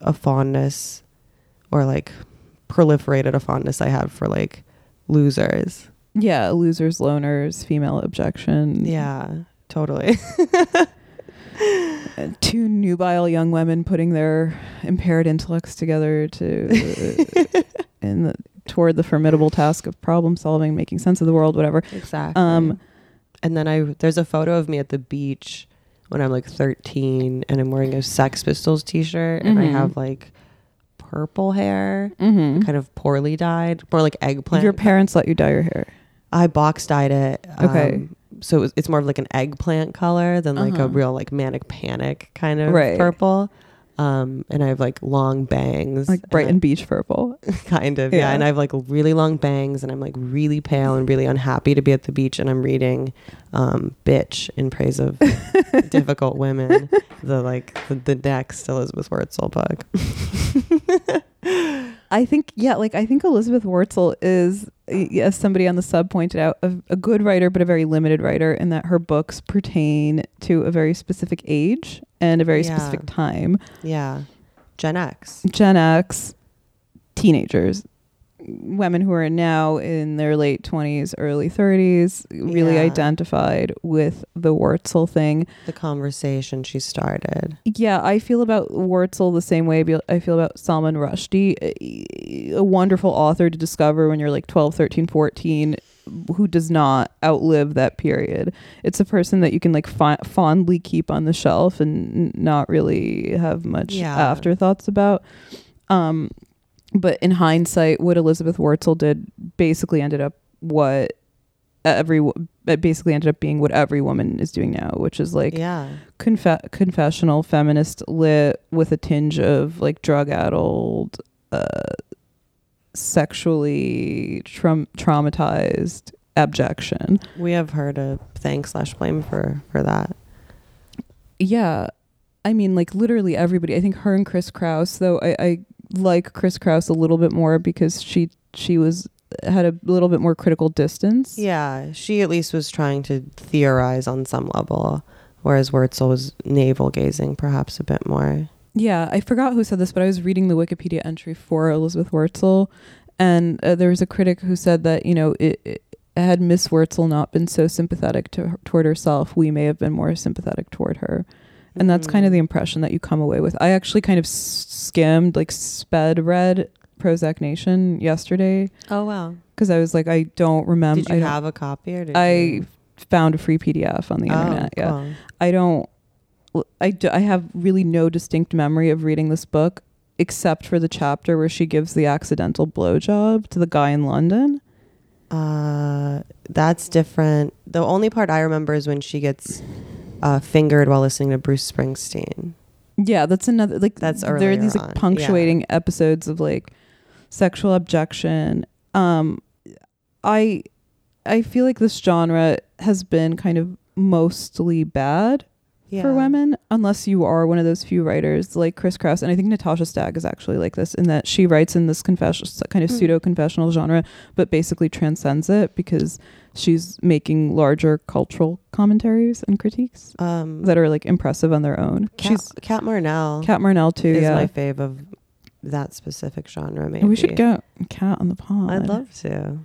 Speaker 2: a fondness, or like proliferated a fondness I had for like losers.
Speaker 1: yeah. Losers, loners, female objection.
Speaker 2: Yeah, totally.
Speaker 1: Two nubile young women putting their impaired intellects together to in the, toward the formidable task of problem solving, making sense of the world, whatever.
Speaker 2: exactly.
Speaker 1: Um.
Speaker 2: and then I there's a photo of me at the beach when I'm like 13 and I'm wearing a Sex Pistols t-shirt and I
Speaker 1: Mhm.
Speaker 2: have like purple hair,
Speaker 1: Mm-hmm.
Speaker 2: kind of poorly dyed, more like eggplant.
Speaker 1: Your parents let you dye your hair.
Speaker 2: I box dyed it.
Speaker 1: Okay.
Speaker 2: um, so it was, it's more of like an eggplant color than like a
Speaker 1: Uh-huh.
Speaker 2: real like manic panic kind of
Speaker 1: Right.
Speaker 2: purple. Um, and I have like long bangs,
Speaker 1: Like
Speaker 2: and
Speaker 1: bright
Speaker 2: I-
Speaker 1: and beach purple.
Speaker 2: kind of yeah.
Speaker 1: Yeah.
Speaker 2: and i have like really long bangs and i'm like really pale and really unhappy to be at the beach and i'm reading um bitch in praise of difficult women the like the, the next elizabeth wurtzel book
Speaker 1: I think, yeah, like I think Elizabeth Wurtzel is, y- as somebody on the sub pointed out, a, a good writer, but a very limited writer in that her books pertain to a very specific age and a very
Speaker 2: Yeah.
Speaker 1: specific time.
Speaker 2: yeah gen x
Speaker 1: Gen X, teenagers, women who are now in their late 20s, early 30s, really
Speaker 2: Yeah.
Speaker 1: identified with the Wurtzel thing.
Speaker 2: the conversation she started
Speaker 1: Yeah, I feel about Wurtzel the same way I feel- I feel about Salman Rushdie, a- a wonderful author to discover when you're like 12, 13, 14 who does not outlive that period. It's a person that you can like fi- fondly keep on the shelf and n- not really have much
Speaker 2: Yeah.
Speaker 1: afterthoughts about. Um but in hindsight, what Elizabeth Wurtzel did basically ended up what every wo- it basically ended up being what every woman is doing now, which is like
Speaker 2: yeah
Speaker 1: confe- confessional feminist lit with a tinge of like drug addled, uh, sexually traum traumatized abjection.
Speaker 2: we have heard a thank slash blame for for that
Speaker 1: Yeah. I mean, like literally everybody. I think her and Chris Krause, though, I, I like Chris Krause a little bit more because she she was had a little bit more critical distance.
Speaker 2: yeah she at least was trying to theorize on some level whereas wurtzel was navel gazing perhaps a bit more
Speaker 1: Yeah, I forgot who said this, but I was reading the Wikipedia entry for Elizabeth Wurtzel, and uh, there was a critic who said that you know, it, it, had Miss Wurtzel not been so sympathetic to her, toward herself, we may have been more sympathetic toward her, and that's kind of
Speaker 2: Mm.
Speaker 1: the impression that you come away with. I actually kind of s- skimmed, like sped read Prozac Nation yesterday
Speaker 2: Oh wow!
Speaker 1: because I was like, I don't remember.
Speaker 2: did you
Speaker 1: Um, I don't-
Speaker 2: have a copy or did
Speaker 1: I
Speaker 2: you-
Speaker 1: found a free PDF on the
Speaker 2: Oh,
Speaker 1: internet. Yeah.
Speaker 2: cool.
Speaker 1: I don't. I do, I have really no distinct memory of reading this book except for the chapter where she gives the accidental blowjob to the guy in London.
Speaker 2: Uh, that's different. The only part I remember is when she gets uh, fingered while listening to Bruce Springsteen.
Speaker 1: Yeah, that's another like
Speaker 2: That's
Speaker 1: there are
Speaker 2: earlier
Speaker 1: these
Speaker 2: on,
Speaker 1: like punctuating episodes of like sexual objection. Um I I feel like this genre has been kind of mostly bad
Speaker 2: Yeah.
Speaker 1: for women unless you are one of those few writers like Chris Krauss and I think Natasha Stagg is actually like this in that she writes in this confession kind of
Speaker 2: Mm.
Speaker 1: pseudo confessional genre but basically transcends it because she's making larger cultural commentaries and critiques
Speaker 2: Um,
Speaker 1: that are like impressive on their own.
Speaker 2: Cat,
Speaker 1: she's
Speaker 2: Cat Marnell
Speaker 1: Kat Marnell too,
Speaker 2: is
Speaker 1: yeah.
Speaker 2: my fave of that specific genre. Maybe
Speaker 1: And we should get Cat on the pod.
Speaker 2: I'd love to.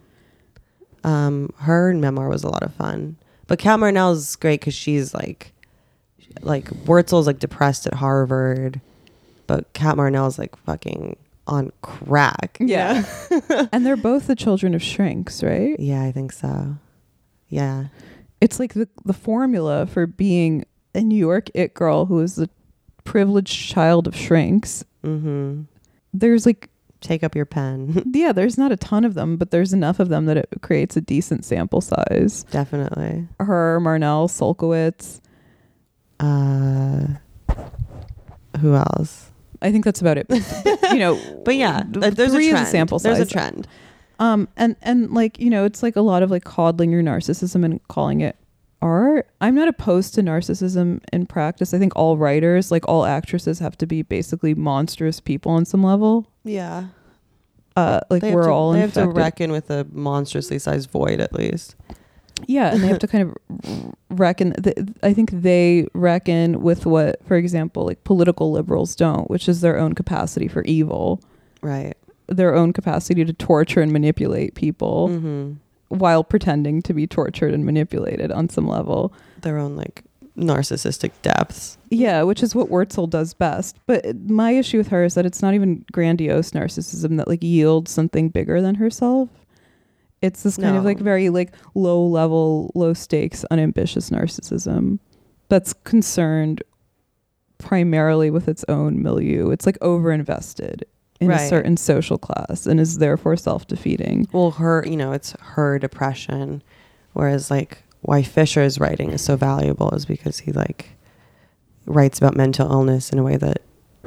Speaker 2: Um, her memoir was a lot of fun, but Cat Marnell's great because she's like, like Wurtzel's like depressed at Harvard, but Cat Marnell's like fucking on crack. you
Speaker 1: Yeah.
Speaker 2: know?
Speaker 1: and they're both the children of shrinks, right?
Speaker 2: yeah, I think so. Yeah,
Speaker 1: it's like the, the formula for being a New York it girl who is the privileged child of shrinks.
Speaker 2: mm-hmm.
Speaker 1: There's like,
Speaker 2: Take up your pen,
Speaker 1: yeah, there's not a ton of them, but there's enough of them that it creates a decent sample size.
Speaker 2: definitely.
Speaker 1: Her, Marnell, Solkowitz.
Speaker 2: Uh, who else?
Speaker 1: I think that's about it. you know,
Speaker 2: But yeah,
Speaker 1: th-
Speaker 2: th- there's
Speaker 1: three
Speaker 2: a
Speaker 1: is
Speaker 2: trend.
Speaker 1: a sample size.
Speaker 2: There's a trend.
Speaker 1: Um, and and like you know, it's like a lot of like coddling your narcissism and calling it art. I'm not opposed to narcissism in practice. I think all writers, like all actresses, have to be basically monstrous people on some level.
Speaker 2: Yeah,
Speaker 1: Uh, like
Speaker 2: They have
Speaker 1: we're
Speaker 2: to-
Speaker 1: all
Speaker 2: They have to
Speaker 1: infected.
Speaker 2: reckon with a monstrously sized void, at least.
Speaker 1: yeah, and they have to kind of reckon. Th- I think they reckon with what, for example, like political liberals don't, which is their own capacity for evil,
Speaker 2: Right.
Speaker 1: their own capacity to torture and manipulate people.
Speaker 2: Mm-hmm.
Speaker 1: while pretending to be tortured and manipulated on some level.
Speaker 2: Their own like narcissistic depths.
Speaker 1: Yeah, which is what Wurtzel does best. But my issue with her is that it's not even grandiose narcissism that like yields something bigger than herself. It's this kind of
Speaker 2: No.
Speaker 1: like very like low level, low stakes, unambitious narcissism that's concerned primarily with its own milieu. It's like over invested in a
Speaker 2: Right.
Speaker 1: certain social class and is therefore self defeating.
Speaker 2: well her you know it's her depression whereas like why fisher's writing is so valuable is because he like writes about mental illness in a way that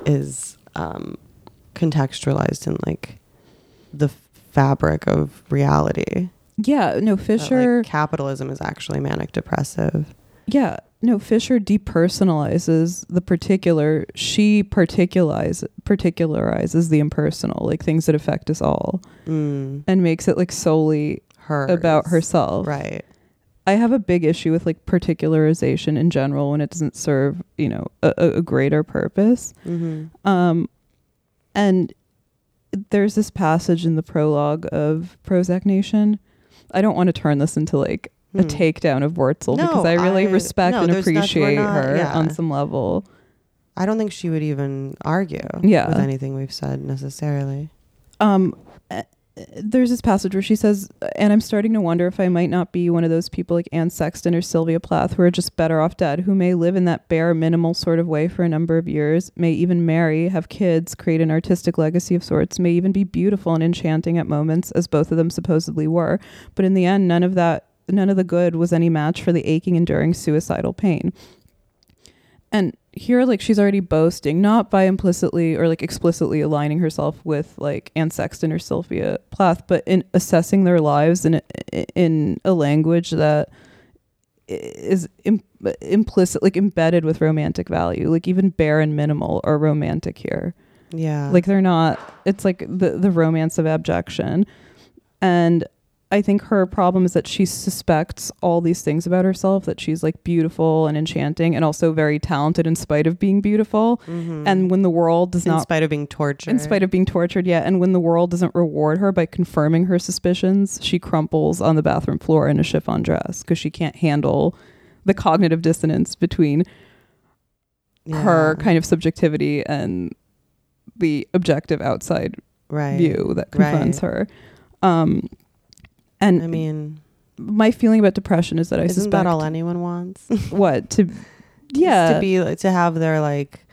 Speaker 2: is um contextualized in like the fabric of reality
Speaker 1: Yeah, no,
Speaker 2: That, like,
Speaker 1: Fisher.
Speaker 2: capitalism is actually manic depressive
Speaker 1: yeah, no, Fisher depersonalizes the particular. She particularize, particularizes the impersonal, like things that affect us all,
Speaker 2: mm,
Speaker 1: and makes it like solely
Speaker 2: her
Speaker 1: about herself.
Speaker 2: right
Speaker 1: I have a big issue with like particularization in general when it doesn't serve, you know, a, a a greater purpose.
Speaker 2: mm-hmm.
Speaker 1: Um, and there's this passage in the prologue of Prozac Nation. I don't want to turn this into like a takedown of Wurtzel
Speaker 2: Hmm. No,
Speaker 1: because I really
Speaker 2: I-
Speaker 1: respect
Speaker 2: no,
Speaker 1: and
Speaker 2: there's not- we're
Speaker 1: appreciate
Speaker 2: not-
Speaker 1: her
Speaker 2: yeah.
Speaker 1: on some level.
Speaker 2: i don't think she would even argue
Speaker 1: Yeah.
Speaker 2: with anything we've said necessarily
Speaker 1: um uh, there's this passage where she says and i'm starting to wonder if i might not be one of those people like anne sexton or sylvia plath who are just better off dead who may live in that bare minimal sort of way for a number of years may even marry have kids create an artistic legacy of sorts may even be beautiful and enchanting at moments as both of them supposedly were but in the end none of that none of the good was any match for the aching enduring suicidal pain and here like she's already boasting not by implicitly or like explicitly aligning herself with like anne sexton or sylvia plath but in assessing their lives in in a language that is Im- implicit like embedded with romantic value like even bare and minimal are romantic here
Speaker 2: yeah
Speaker 1: like they're not it's like the the romance of abjection and i think her problem is that she suspects all these things about herself that she's like beautiful and enchanting and also very talented in spite of being beautiful
Speaker 2: Mhm.
Speaker 1: and when the world does
Speaker 2: in
Speaker 1: not
Speaker 2: spite of being tortured
Speaker 1: in spite of being tortured yet and when the world doesn't reward her by confirming her suspicions she crumples on the bathroom floor in a chiffon dress because she can't handle the cognitive dissonance between her
Speaker 2: Yeah.
Speaker 1: kind of subjectivity and the objective outside
Speaker 2: right.
Speaker 1: view that confronts her. Um, and
Speaker 2: I mean,
Speaker 1: my feeling about depression is that I
Speaker 2: isn't
Speaker 1: suspect
Speaker 2: that all anyone wants?
Speaker 1: what to,
Speaker 2: Is
Speaker 1: yeah,
Speaker 2: to be to have their like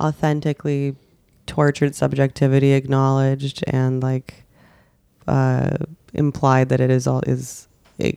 Speaker 2: authentically tortured subjectivity acknowledged and like uh, implied that it is all is a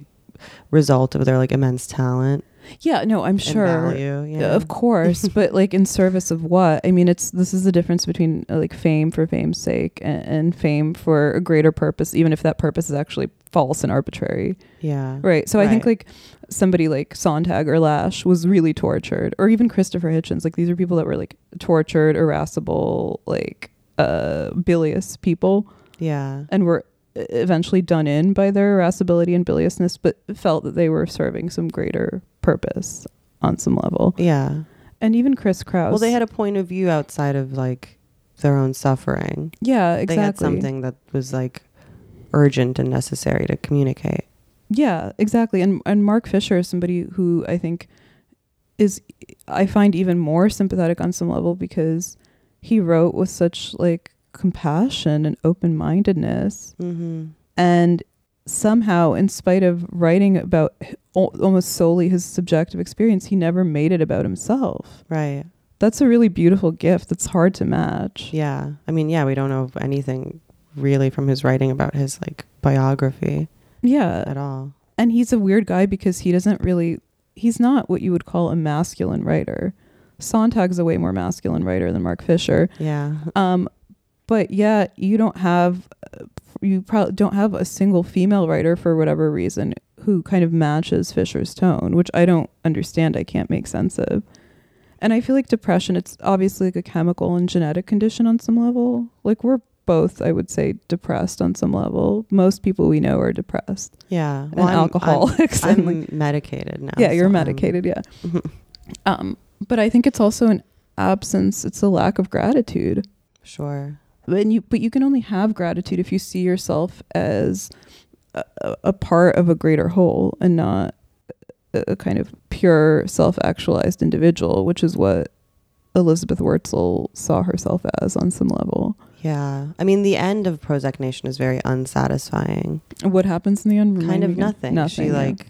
Speaker 2: result of their like immense talent
Speaker 1: yeah. No, I'm
Speaker 2: and
Speaker 1: sure,
Speaker 2: value. You know?
Speaker 1: of course, but like in service of what? I mean, it's this is the difference between uh, like fame for fame's sake and, and fame for a greater purpose, even if that purpose is actually false and arbitrary.
Speaker 2: yeah.
Speaker 1: Right. So I think
Speaker 2: Right.
Speaker 1: like somebody like Sontag or Lash was really tortured, or even Christopher Hitchens. Like these are people that were like tortured, irascible, like uh, bilious people,
Speaker 2: Yeah.
Speaker 1: and were e-, eventually done in by their irascibility and biliousness, but felt that they were serving some greater purpose on some level.
Speaker 2: Yeah.
Speaker 1: And even Chris Krauss.
Speaker 2: Well, they had a point of view outside of like their own suffering.
Speaker 1: yeah, exactly.
Speaker 2: They had something that was like urgent and necessary to communicate.
Speaker 1: Yeah, exactly. And and Mark Fisher is somebody who I think is I find even more sympathetic on some level because he wrote with such like compassion and open-mindedness
Speaker 2: Mm-hmm.
Speaker 1: and somehow in spite of writing about h- al- almost solely his subjective experience he never made it about himself
Speaker 2: Right.
Speaker 1: that's a really beautiful gift that's hard to match
Speaker 2: Yeah. I mean, yeah, we don't know anything really from his writing about his like biography
Speaker 1: yeah
Speaker 2: at all.
Speaker 1: and he's a weird guy because he doesn't really he's not what you would call a masculine writer sontag's a way more masculine writer than mark fisher
Speaker 2: Yeah.
Speaker 1: um, but yeah you don't have uh, you probably don't have a single female writer for whatever reason who kind of matches fisher's tone which i don't understand i can't make sense of and i feel like depression it's obviously like a chemical and genetic condition on some level like we're both i would say depressed on some level most people we know are depressed
Speaker 2: Yeah.
Speaker 1: and
Speaker 2: I'm-
Speaker 1: alcoholics and
Speaker 2: I'm,
Speaker 1: like
Speaker 2: I'm medicated now.
Speaker 1: yeah, you're
Speaker 2: so I'm- Mm-hmm.
Speaker 1: medicated. Yeah. Um, but I think it's also an absence. It's a lack of gratitude.
Speaker 2: Sure.
Speaker 1: And you, but you can only have gratitude if you see yourself as a, a- a part of a greater whole and not a, a kind of pure self-actualized individual, which is what Elizabeth Wurtzel saw herself as on some level.
Speaker 2: Yeah. I mean, the end of Prozac Nation is very unsatisfying.
Speaker 1: What happens in the end? Remind
Speaker 2: kind
Speaker 1: me
Speaker 2: of
Speaker 1: again.
Speaker 2: nothing.
Speaker 1: Nothing.
Speaker 2: She
Speaker 1: yeah.
Speaker 2: like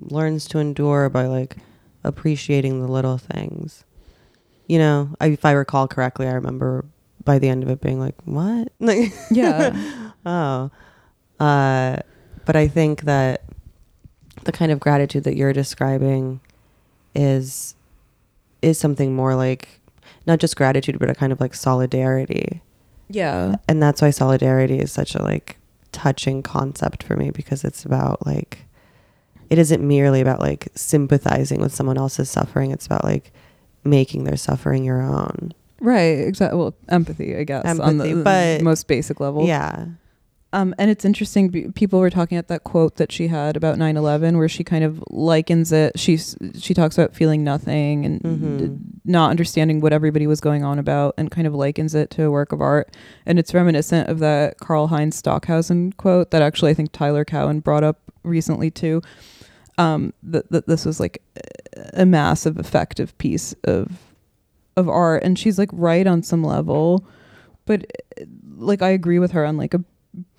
Speaker 2: learns to endure by like appreciating the little things. You know, I, if I recall correctly, I remember by the end of it being like, what? Like,
Speaker 1: Yeah.
Speaker 2: oh. Uh, but I think that the kind of gratitude that you're describing is is something more like not just gratitude, but a kind of like solidarity.
Speaker 1: yeah.
Speaker 2: And that's why solidarity is such a like touching concept for me because it's about like it isn't merely about like sympathizing with someone else's suffering. It's about like making their suffering your own.
Speaker 1: Right. Exactly. Well, empathy, I guess, on the,
Speaker 2: Empathy, but-
Speaker 1: most basic level.
Speaker 2: Yeah.
Speaker 1: Um, and it's interesting. be- People were talking at that quote that she had about 9/11, where she kind of likens it. She's she talks about feeling nothing and
Speaker 2: Mhm.
Speaker 1: not understanding what everybody was going on about, and kind of likens it to a work of art. And it's reminiscent of that Karl Heinz Stockhausen quote that actually I think Tyler Cowan brought up recently too. Um, that, that this was like a massive, effective piece of of art, and she's like right on some level, but eh, like I agree with her on like a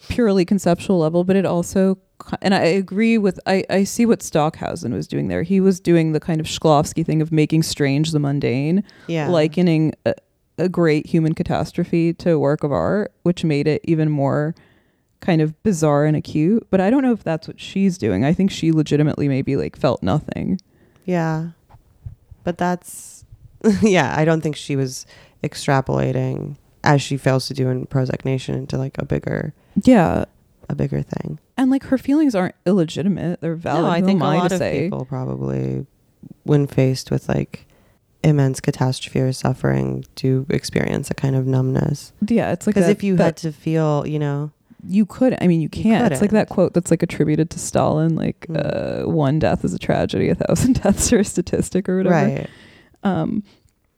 Speaker 1: purely conceptual level, but it also ki- and I agree with I, I see what Stockhausen was doing there. He was doing the kind of Shklovsky thing of making strange the mundane,
Speaker 2: Yeah.
Speaker 1: likening a, a great human catastrophe to a work of art, which made it even more kind of bizarre and acute. But I don't know if that's what she's doing. I think she legitimately maybe like felt nothing.
Speaker 2: Yeah. But that's yeah, I don't think she was extrapolating as she fails to do in Prozac Nation into like a bigger
Speaker 1: Yeah.
Speaker 2: a bigger thing.
Speaker 1: And like her feelings aren't illegitimate; they're valid.
Speaker 2: no, I
Speaker 1: Who
Speaker 2: think
Speaker 1: am
Speaker 2: a
Speaker 1: I
Speaker 2: lot
Speaker 1: to
Speaker 2: of
Speaker 1: say?
Speaker 2: people probably when faced with like immense catastrophe or suffering do experience a kind of numbness.
Speaker 1: Yeah, it's like
Speaker 2: Because
Speaker 1: that-
Speaker 2: if you
Speaker 1: that
Speaker 2: had to feel, you know,
Speaker 1: you could i mean you
Speaker 2: You
Speaker 1: can't it's like
Speaker 2: couldn't.
Speaker 1: that quote that's like attributed to stalin like
Speaker 2: Mm.
Speaker 1: uh, one death is a tragedy a thousand deaths are a statistic or whatever
Speaker 2: right.
Speaker 1: um,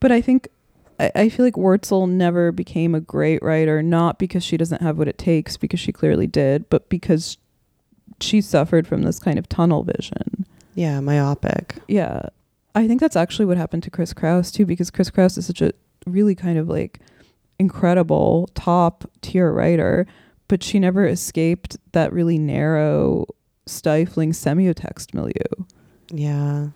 Speaker 1: but I think I, I feel like Wurzel never became a great writer, not because she doesn't have what it takes, because she clearly did, but because she suffered from this kind of tunnel vision.
Speaker 2: Yeah, myopic.
Speaker 1: Yeah, I think that's actually what happened to Chris Krauss too, because Chris Krauss is such a really kind of like incredible top tier writer, but she never escaped that really narrow, stifling semiotext milieu
Speaker 2: Yeah.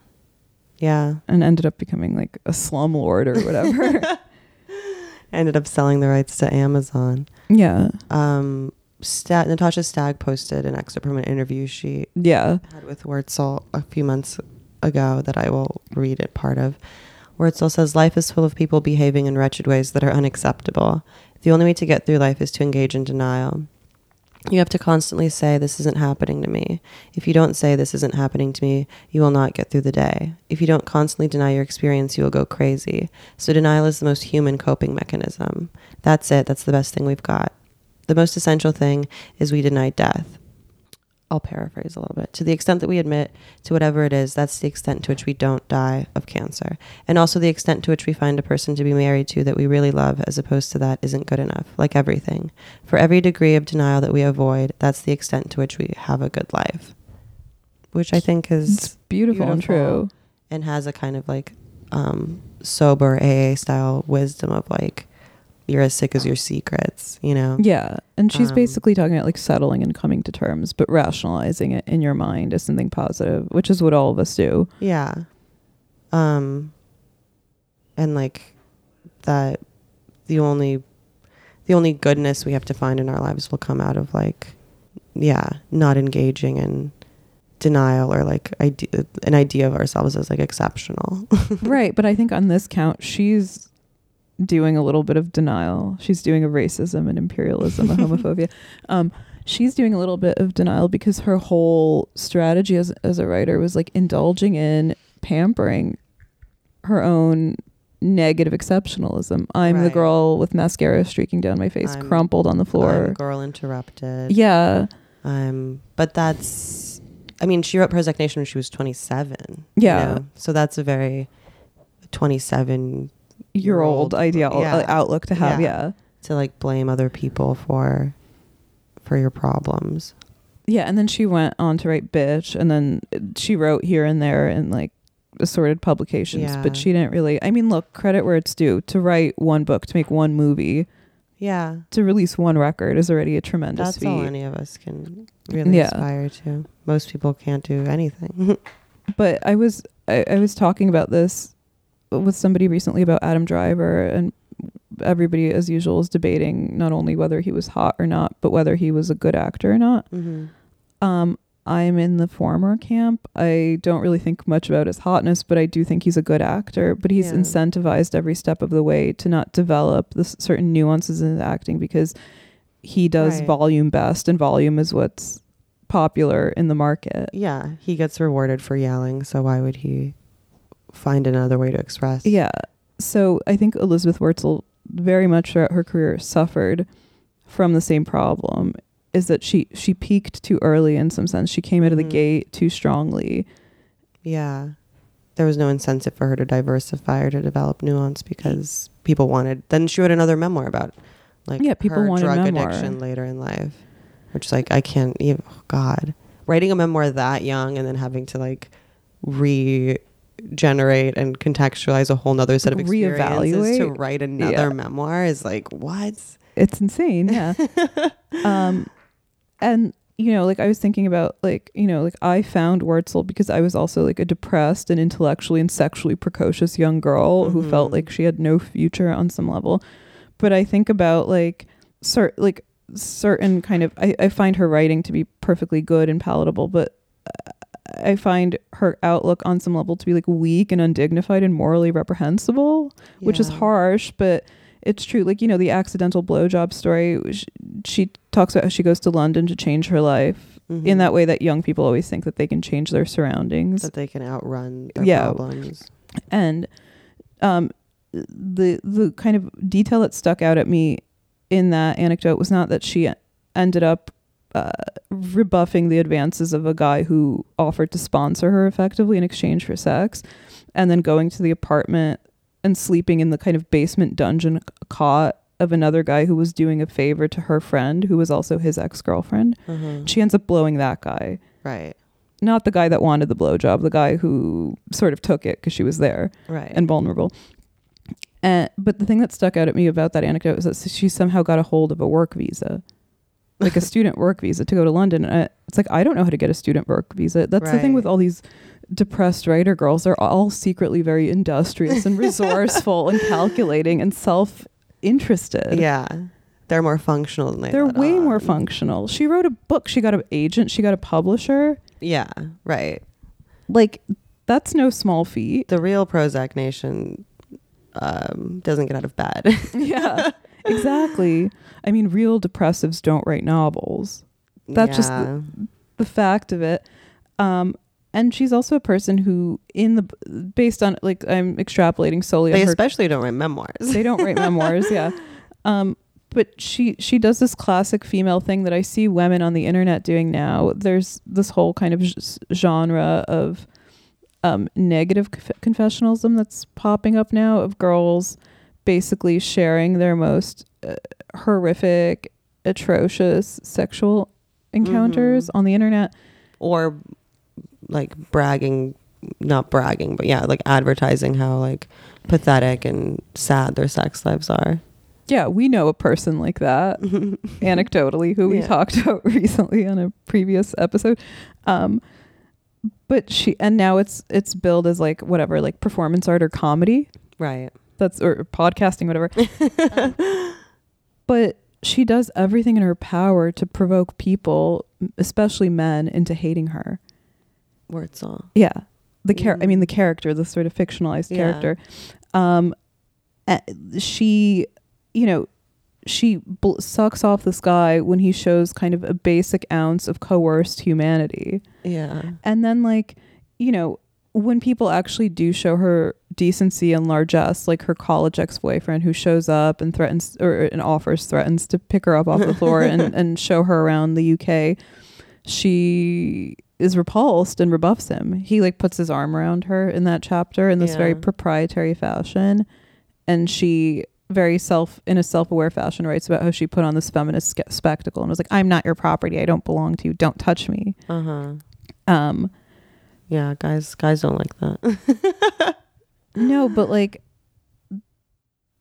Speaker 2: Yeah.
Speaker 1: and ended up becoming like a slumlord or whatever.
Speaker 2: Ended up selling the rights to Amazon.
Speaker 1: yeah,
Speaker 2: um, Sta Natasha Stagg posted an excerpt from an interview she
Speaker 1: yeah.
Speaker 2: had with Wurtzel a few months ago that I will read it part of. Wurtzel says, Life is full of people behaving in wretched ways that are unacceptable. The only way to get through life is to engage in denial. You have to constantly say, This isn't happening to me. If you don't say, This isn't happening to me, you will not get through the day. If you don't constantly deny your experience, you will go crazy. So, denial is the most human coping mechanism. That's it. That's the best thing we've got. The most essential thing is we deny death. I'll paraphrase a little bit. To the extent that we admit to whatever it is, that's the extent to which we don't die of cancer. And also the extent to which we find a person to be married to that we really love, as opposed to that, isn't good enough, like everything. For every degree of denial that we avoid, that's the extent to which we have a good life. Which I think
Speaker 1: It's
Speaker 2: is,
Speaker 1: beautiful, and
Speaker 2: beautiful.
Speaker 1: true.
Speaker 2: and has a kind of like um, sober AA style wisdom of like, you're as sick as your secrets, you know?
Speaker 1: Yeah. And she's
Speaker 2: Um,
Speaker 1: basically talking about like settling and coming to terms, but rationalizing it in your mind as something positive, which is what all of us do.
Speaker 2: Yeah. Um and like that the only the only goodness we have to find in our lives will come out of like yeah, not engaging in denial or like ide- an idea of ourselves as like exceptional.
Speaker 1: right. But I think on this count, she's doing a little bit of denial. She's doing a racism and imperialism, a homophobia. Um, she's doing a little bit of denial because her whole strategy as, as a writer was like indulging in pampering her own negative exceptionalism. I'm the
Speaker 2: Right.
Speaker 1: girl with mascara streaking down my face,
Speaker 2: I'm-
Speaker 1: crumpled on the
Speaker 2: I'm
Speaker 1: floor.
Speaker 2: girl interrupted.
Speaker 1: Yeah.
Speaker 2: Um but that's I mean, she wrote Prozac Nation when she was 27.
Speaker 1: Yeah.
Speaker 2: So that's a very 27
Speaker 1: Your old ideal
Speaker 2: Yeah.
Speaker 1: uh, outlook to have.
Speaker 2: Yeah.
Speaker 1: Yeah. yeah.
Speaker 2: to like blame other people for for your problems.
Speaker 1: And then she went on to write Bitch and then she wrote here and there in like assorted publications,
Speaker 2: Yeah.
Speaker 1: but she didn't really. I mean, look, credit where it's due. To write one book, to make one movie,
Speaker 2: Yeah.
Speaker 1: to release one record is already a tremendous
Speaker 2: That's
Speaker 1: feat.
Speaker 2: all any of us can really
Speaker 1: Yeah.
Speaker 2: aspire to. Most people can't do anything.
Speaker 1: but I was I, I was talking about this with somebody recently about Adam Driver and everybody, as usual, is debating not only whether he was hot or not, but whether he was a good actor or not.
Speaker 2: Mm-hmm.
Speaker 1: Um, I'm in the former camp. I don't really think much about his hotness, but I do think he's a good actor. But he's
Speaker 2: Yeah.
Speaker 1: incentivized every step of the way to not develop the s- certain nuances in his acting because he does
Speaker 2: Right.
Speaker 1: volume best, and volume is what's popular in the market.
Speaker 2: Yeah, he gets rewarded for yelling, so why would he find another way to express?
Speaker 1: Yeah. So I think Elizabeth Wurtzel very much throughout her career suffered from the same problem is that she she peaked too early in some sense. She came out of the
Speaker 2: Mhm.
Speaker 1: gate too strongly.
Speaker 2: Yeah. There was no incentive for her to diversify or to develop nuance because people wanted. Then she wrote another memoir about, like,
Speaker 1: Yeah, people
Speaker 2: her
Speaker 1: wanted
Speaker 2: drug
Speaker 1: memoir.
Speaker 2: addiction later in life, which like I can't even. Oh God, writing a memoir that young and then having to like regenerate and contextualize a whole nother set of
Speaker 1: Like,
Speaker 2: experiences to
Speaker 1: reevaluate.
Speaker 2: write another
Speaker 1: Yeah.
Speaker 2: memoir is like what?
Speaker 1: It's insane. Yeah. um and you know, like I was thinking about like, you know, like I found Wurtzel because I was also like a depressed and intellectually and sexually precocious young girl who felt
Speaker 2: Mhm.
Speaker 1: like she had no future on some level. But I think about like cer- like certain kind of I, I find her writing to be perfectly good and palatable, but uh, I find her outlook on some level to be like weak and undignified and morally reprehensible which is
Speaker 2: Yeah.
Speaker 1: harsh, but it's true. Like, you know, the accidental blowjob story, she, she talks about how she goes to London to change her life
Speaker 2: Mhm.
Speaker 1: in that way that young people always think that they can change their surroundings.
Speaker 2: that they can outrun their
Speaker 1: Yeah.
Speaker 2: problems.
Speaker 1: and um, the, the kind of detail that stuck out at me in that anecdote was not that she ended up uh, rebuffing the advances of a guy who offered to sponsor her effectively in exchange for sex, and then going to the apartment and sleeping in the kind of basement dungeon c- cot of another guy who was doing a favor to her friend, who was also his ex girlfriend.
Speaker 2: Uh-huh.
Speaker 1: She ends up blowing that guy.
Speaker 2: Right,
Speaker 1: Not the guy that wanted the blowjob, the guy who sort of took it because she was there
Speaker 2: right,
Speaker 1: and vulnerable. And, but the thing that stuck out at me about that anecdote was that she somehow got a hold of a work visa, like a student work visa to go to London. And I, it's like, I don't know how to get a student work visa. That's the thing with
Speaker 2: Right.
Speaker 1: all these depressed writer girls. They're all secretly very industrious and resourceful and calculating and self interested.
Speaker 2: yeah, they're more functional than they.
Speaker 1: They're
Speaker 2: let
Speaker 1: way more
Speaker 2: on.
Speaker 1: functional. She wrote a book. She got an agent. She got a publisher.
Speaker 2: Yeah, right.
Speaker 1: Like, that's no small feat.
Speaker 2: The real Prozac Nation um, doesn't get out of bed.
Speaker 1: yeah, exactly. I mean, real depressives don't write novels. That's just
Speaker 2: Yeah.
Speaker 1: The fact of it. Um, and she's also a person who, in the based on like I'm extrapolating solely
Speaker 2: they
Speaker 1: on her.
Speaker 2: especially don't write memoirs.
Speaker 1: They don't write memoirs, yeah. Um, but she she does this classic female thing that I see women on the internet doing now. There's this whole kind of g- genre of um, negative conf- confessionalism that's popping up now of girls basically sharing their most uh, horrific, atrocious sexual encounters
Speaker 2: Mhm.
Speaker 1: on the internet.
Speaker 2: or like bragging, not bragging, but yeah, like advertising how like pathetic and sad their sex lives are.
Speaker 1: Yeah, we know a person like that. anecdotally who we
Speaker 2: Yeah.
Speaker 1: talked about recently on a previous episode um but she and now it's it's billed as like whatever like performance art or comedy
Speaker 2: right.
Speaker 1: that's or podcasting whatever but she does everything in her power to provoke people especially men into hating her
Speaker 2: Word song.
Speaker 1: yeah the char- i
Speaker 2: Mm.
Speaker 1: mean the character the sort of fictionalized
Speaker 2: Yeah.
Speaker 1: character um a- she you know she bl- sucks off this guy when he shows kind of a basic ounce of coerced humanity
Speaker 2: Yeah.
Speaker 1: and then like you know when people actually do show her decency and largesse like her college ex-boyfriend who shows up and threatens or and offers threatens to pick her up off the floor and, and show her around the uk she is repulsed and rebuffs him he like puts his arm around her in that chapter in this very
Speaker 2: Yeah.
Speaker 1: proprietary fashion and she very self in a self-aware fashion writes about how she put on this feminist sca- spectacle and was like i'm not your property i don't belong to you don't touch me
Speaker 2: Uh huh.
Speaker 1: um
Speaker 2: Yeah, guys, guys don't like that.
Speaker 1: No, but like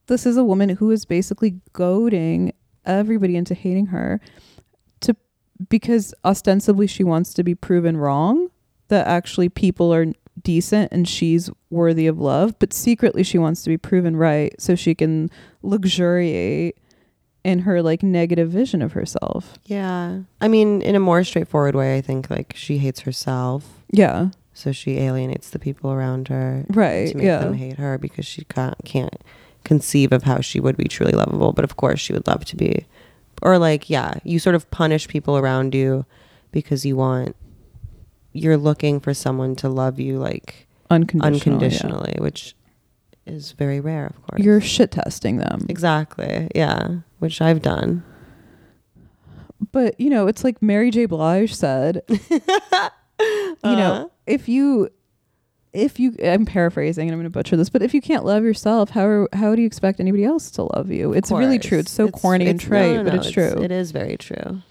Speaker 1: this is a woman who is basically goading everybody into hating her to because ostensibly she wants to be proven wrong that actually people are decent and she's worthy of love, but secretly she wants to be proven right so she can luxuriate in her like negative vision of herself.
Speaker 2: Yeah. I mean, in a more straightforward way, I think like she hates herself,
Speaker 1: Yeah.
Speaker 2: so she alienates the people around her
Speaker 1: Right.
Speaker 2: to make
Speaker 1: Eh, yeah.
Speaker 2: them hate her because she can't, can't conceive of how she would be truly lovable. But of course, she would love to be. Or like, yeah, you sort of punish people around you because you want you're looking for someone to love you like
Speaker 1: Unconditionally. yeah.
Speaker 2: unconditionally, which is very rare, of course.
Speaker 1: You're shit testing them.
Speaker 2: exactly, yeah, which I've done.
Speaker 1: But, you know, it's like Mary J. Blige said, you
Speaker 2: Uh,
Speaker 1: know, if you if you I'm paraphrasing and I'm going to butcher this, but if you can't love yourself, how are, how do you expect anybody else to love you? It's really true. It's so corny and trite, but it's, true.
Speaker 2: It is very true.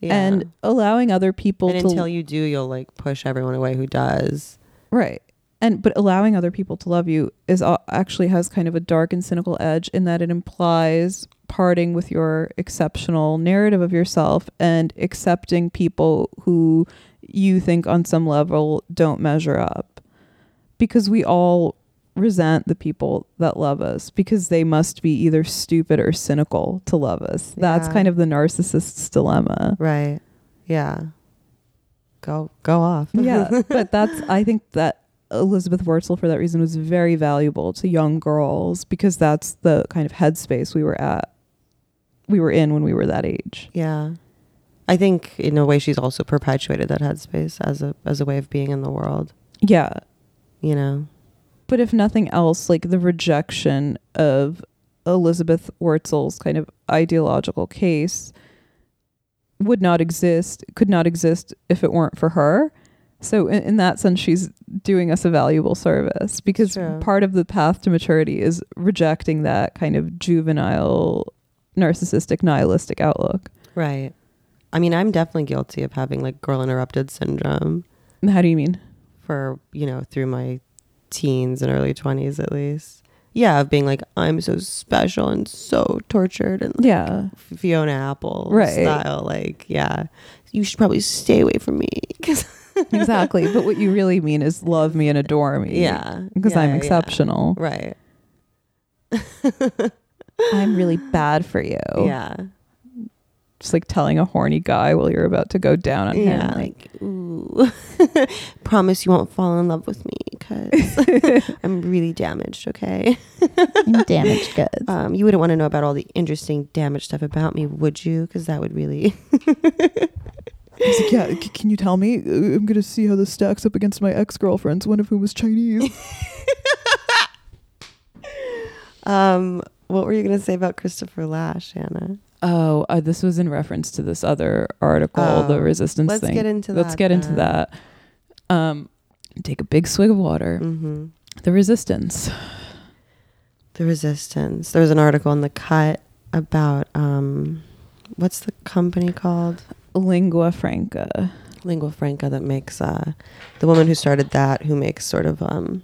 Speaker 2: Yeah.
Speaker 1: And allowing other people
Speaker 2: and
Speaker 1: to
Speaker 2: until you do, you'll like push everyone away who does.
Speaker 1: Right. And but allowing other people to love you is a- actually has kind of a dark and cynical edge in that it implies parting with your exceptional narrative of yourself and accepting people who you think on some level don't measure up. Because we all resent the people that love us because they must be either stupid or cynical to love us. That's
Speaker 2: Yeah.
Speaker 1: kind of the narcissist's dilemma.
Speaker 2: Right. Yeah. Go go off.
Speaker 1: yeah but that's i think that elizabeth wurtzel for that reason was very valuable to young girls because that's the kind of headspace we were at we were in when we were that age
Speaker 2: Yeah. I think in a way she's also perpetuated that headspace as a as a way of being in the world,
Speaker 1: yeah
Speaker 2: you know.
Speaker 1: but if nothing else like the rejection of elizabeth wurtzel's kind of ideological case would not exist could not exist if it weren't for her so in, in that sense she's doing us a valuable service because
Speaker 2: True.
Speaker 1: part of the path to maturity is rejecting that kind of juvenile narcissistic nihilistic outlook
Speaker 2: Right. I mean, I'm definitely guilty of having like girl interrupted syndrome
Speaker 1: And how do you mean
Speaker 2: for, you know, through my teens and early 20s at least. Yeah, of being like I'm so special and so tortured and
Speaker 1: yeah
Speaker 2: Fiona Apple
Speaker 1: Right.
Speaker 2: style like, yeah. You should probably stay away from me 'Cause-
Speaker 1: exactly but what you really mean is love me and adore me
Speaker 2: yeah.
Speaker 1: because
Speaker 2: Yeah,
Speaker 1: i'm
Speaker 2: yeah.
Speaker 1: exceptional
Speaker 2: Right.
Speaker 1: I'm really bad for you.
Speaker 2: Yeah.
Speaker 1: Just like telling a horny guy while you're about to go down on him.
Speaker 2: Yeah,
Speaker 1: Like,
Speaker 2: like, ooh, promise you won't fall in love with me because I'm really damaged. Okay,
Speaker 1: damaged goods.
Speaker 2: um, you wouldn't want to know about all the interesting damaged stuff about me, would you? Because that would really
Speaker 1: yeah, c- can you tell me? Uh, I'm going to see how this stacks up against my ex girlfriends, one of whom was Chinese.
Speaker 2: Um, what were you gonna say about Christopher Lash, Anna?
Speaker 1: oh, uh, this was in reference to this other article,
Speaker 2: Oh.
Speaker 1: the resistance
Speaker 2: Let's
Speaker 1: thing.
Speaker 2: get into
Speaker 1: Let's
Speaker 2: that
Speaker 1: get into
Speaker 2: then.
Speaker 1: that. Um, take a big swig of water.
Speaker 2: hmm
Speaker 1: The resistance.
Speaker 2: The resistance. There was an article in the Cut about um, what's the company called?
Speaker 1: Lingua franca.
Speaker 2: Lingua Franca that makes uh, the woman who started that, who makes sort of um,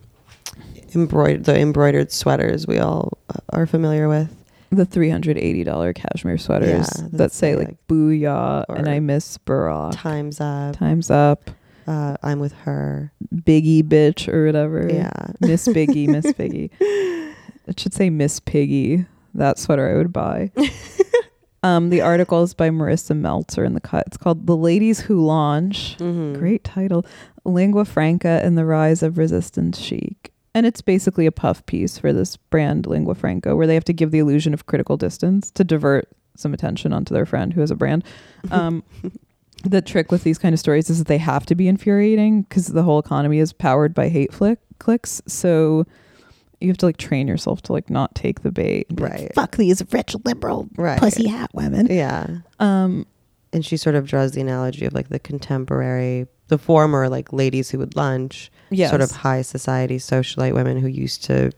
Speaker 2: embroidered the embroidered sweaters we all uh, are familiar with.
Speaker 1: The $380 cashmere sweaters
Speaker 2: Yeah,
Speaker 1: that
Speaker 2: that's
Speaker 1: say
Speaker 2: like-
Speaker 1: like, booyah and
Speaker 2: or-
Speaker 1: I miss Barack.
Speaker 2: Times up.
Speaker 1: Time's up.
Speaker 2: Uh, I'm with her.
Speaker 1: Biggie bitch or whatever.
Speaker 2: Yeah.
Speaker 1: Miss Biggie, Miss Piggy. It should say Miss Piggy. That sweater I would buy. um, the article is by Marissa Meltzer in the cut. It's called The Ladies Who Launch.
Speaker 2: Mhm.
Speaker 1: Great title. Lingua Franca and the Rise of Resistance Chic. And it's basically a puff piece for this brand Lingua Franca, where they have to give the illusion of critical distance to divert some attention onto their friend who has a brand. Um, the trick with these kind of stories is that they have to be infuriating because the whole economy is powered by hate flick clicks. So you have to like train yourself to like not take the bait. and be like,
Speaker 2: Right.
Speaker 1: Fuck these rich liberal
Speaker 2: Right.
Speaker 1: pussy hat women.
Speaker 2: Yeah.
Speaker 1: Um.
Speaker 2: And she sort of draws the analogy of like the contemporary, the former like ladies who would lunch,
Speaker 1: Yes.
Speaker 2: sort of high society socialite women who used to,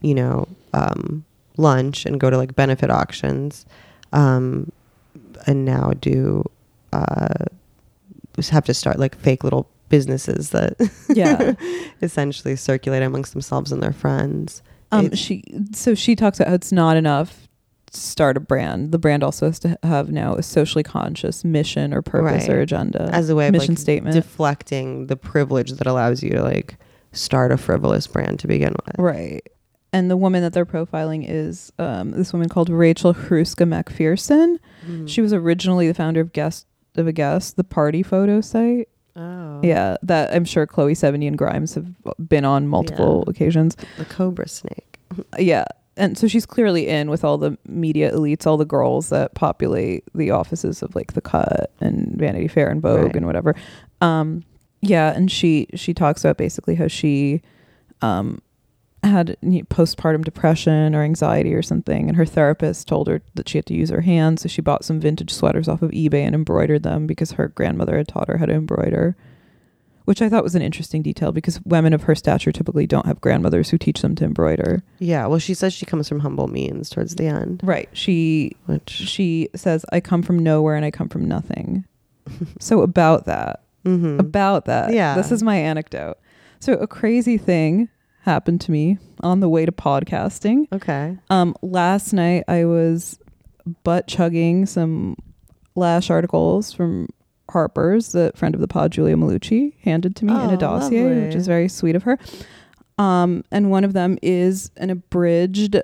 Speaker 2: you know, um, lunch and go to like benefit auctions, um, and now do uh, just have to start like fake little businesses that
Speaker 1: Yeah.
Speaker 2: essentially circulate amongst themselves and their friends.
Speaker 1: Um,
Speaker 2: It-
Speaker 1: she so she talks about how it's not enough to start a brand. The brand also has to have now a socially conscious mission or purpose
Speaker 2: Right.
Speaker 1: or agenda
Speaker 2: as a way of
Speaker 1: mission
Speaker 2: like
Speaker 1: statement.
Speaker 2: deflecting the privilege that allows you to like start a frivolous brand to begin with.
Speaker 1: Right. And the woman that they're profiling is um, this woman called Rachel Hruska MacPherson.
Speaker 2: Mm-hmm. Mm.
Speaker 1: She was originally the founder of Guest of a Guest, the party photo site.
Speaker 2: oh
Speaker 1: Yeah, that I'm sure Chloe 70 and Grimes have been on multiple
Speaker 2: Yeah.
Speaker 1: occasions.
Speaker 2: the cobra snake.
Speaker 1: Yeah. And so she's clearly in with all the media elites, all the girls that populate the offices of like The Cut and Vanity Fair and Vogue
Speaker 2: Right.
Speaker 1: and whatever. Um, yeah, and she she talks about basically how she um, had you know, postpartum depression or anxiety or something, and her therapist told her that she had to use her hands. So she bought some vintage sweaters off of eBay and embroidered them because her grandmother had taught her how to embroider, which I thought was an interesting detail because women of her stature typically don't have grandmothers who teach them to embroider.
Speaker 2: Yeah, well, she says she comes from humble means towards the end,
Speaker 1: Right. She
Speaker 2: which
Speaker 1: she says, "I come from nowhere and I come from nothing." so about that,
Speaker 2: Mhm.
Speaker 1: about that.
Speaker 2: Yeah.
Speaker 1: This is my anecdote. So a crazy thing happened to me on the way to podcasting.
Speaker 2: okay,
Speaker 1: Um, last night I was butt chugging some lash articles from Harper's, the friend of the pod, Julia Malucci, handed to me in
Speaker 2: Oh,
Speaker 1: a dossier,
Speaker 2: lovely.
Speaker 1: which is very sweet of her. Um, and one of them is an abridged.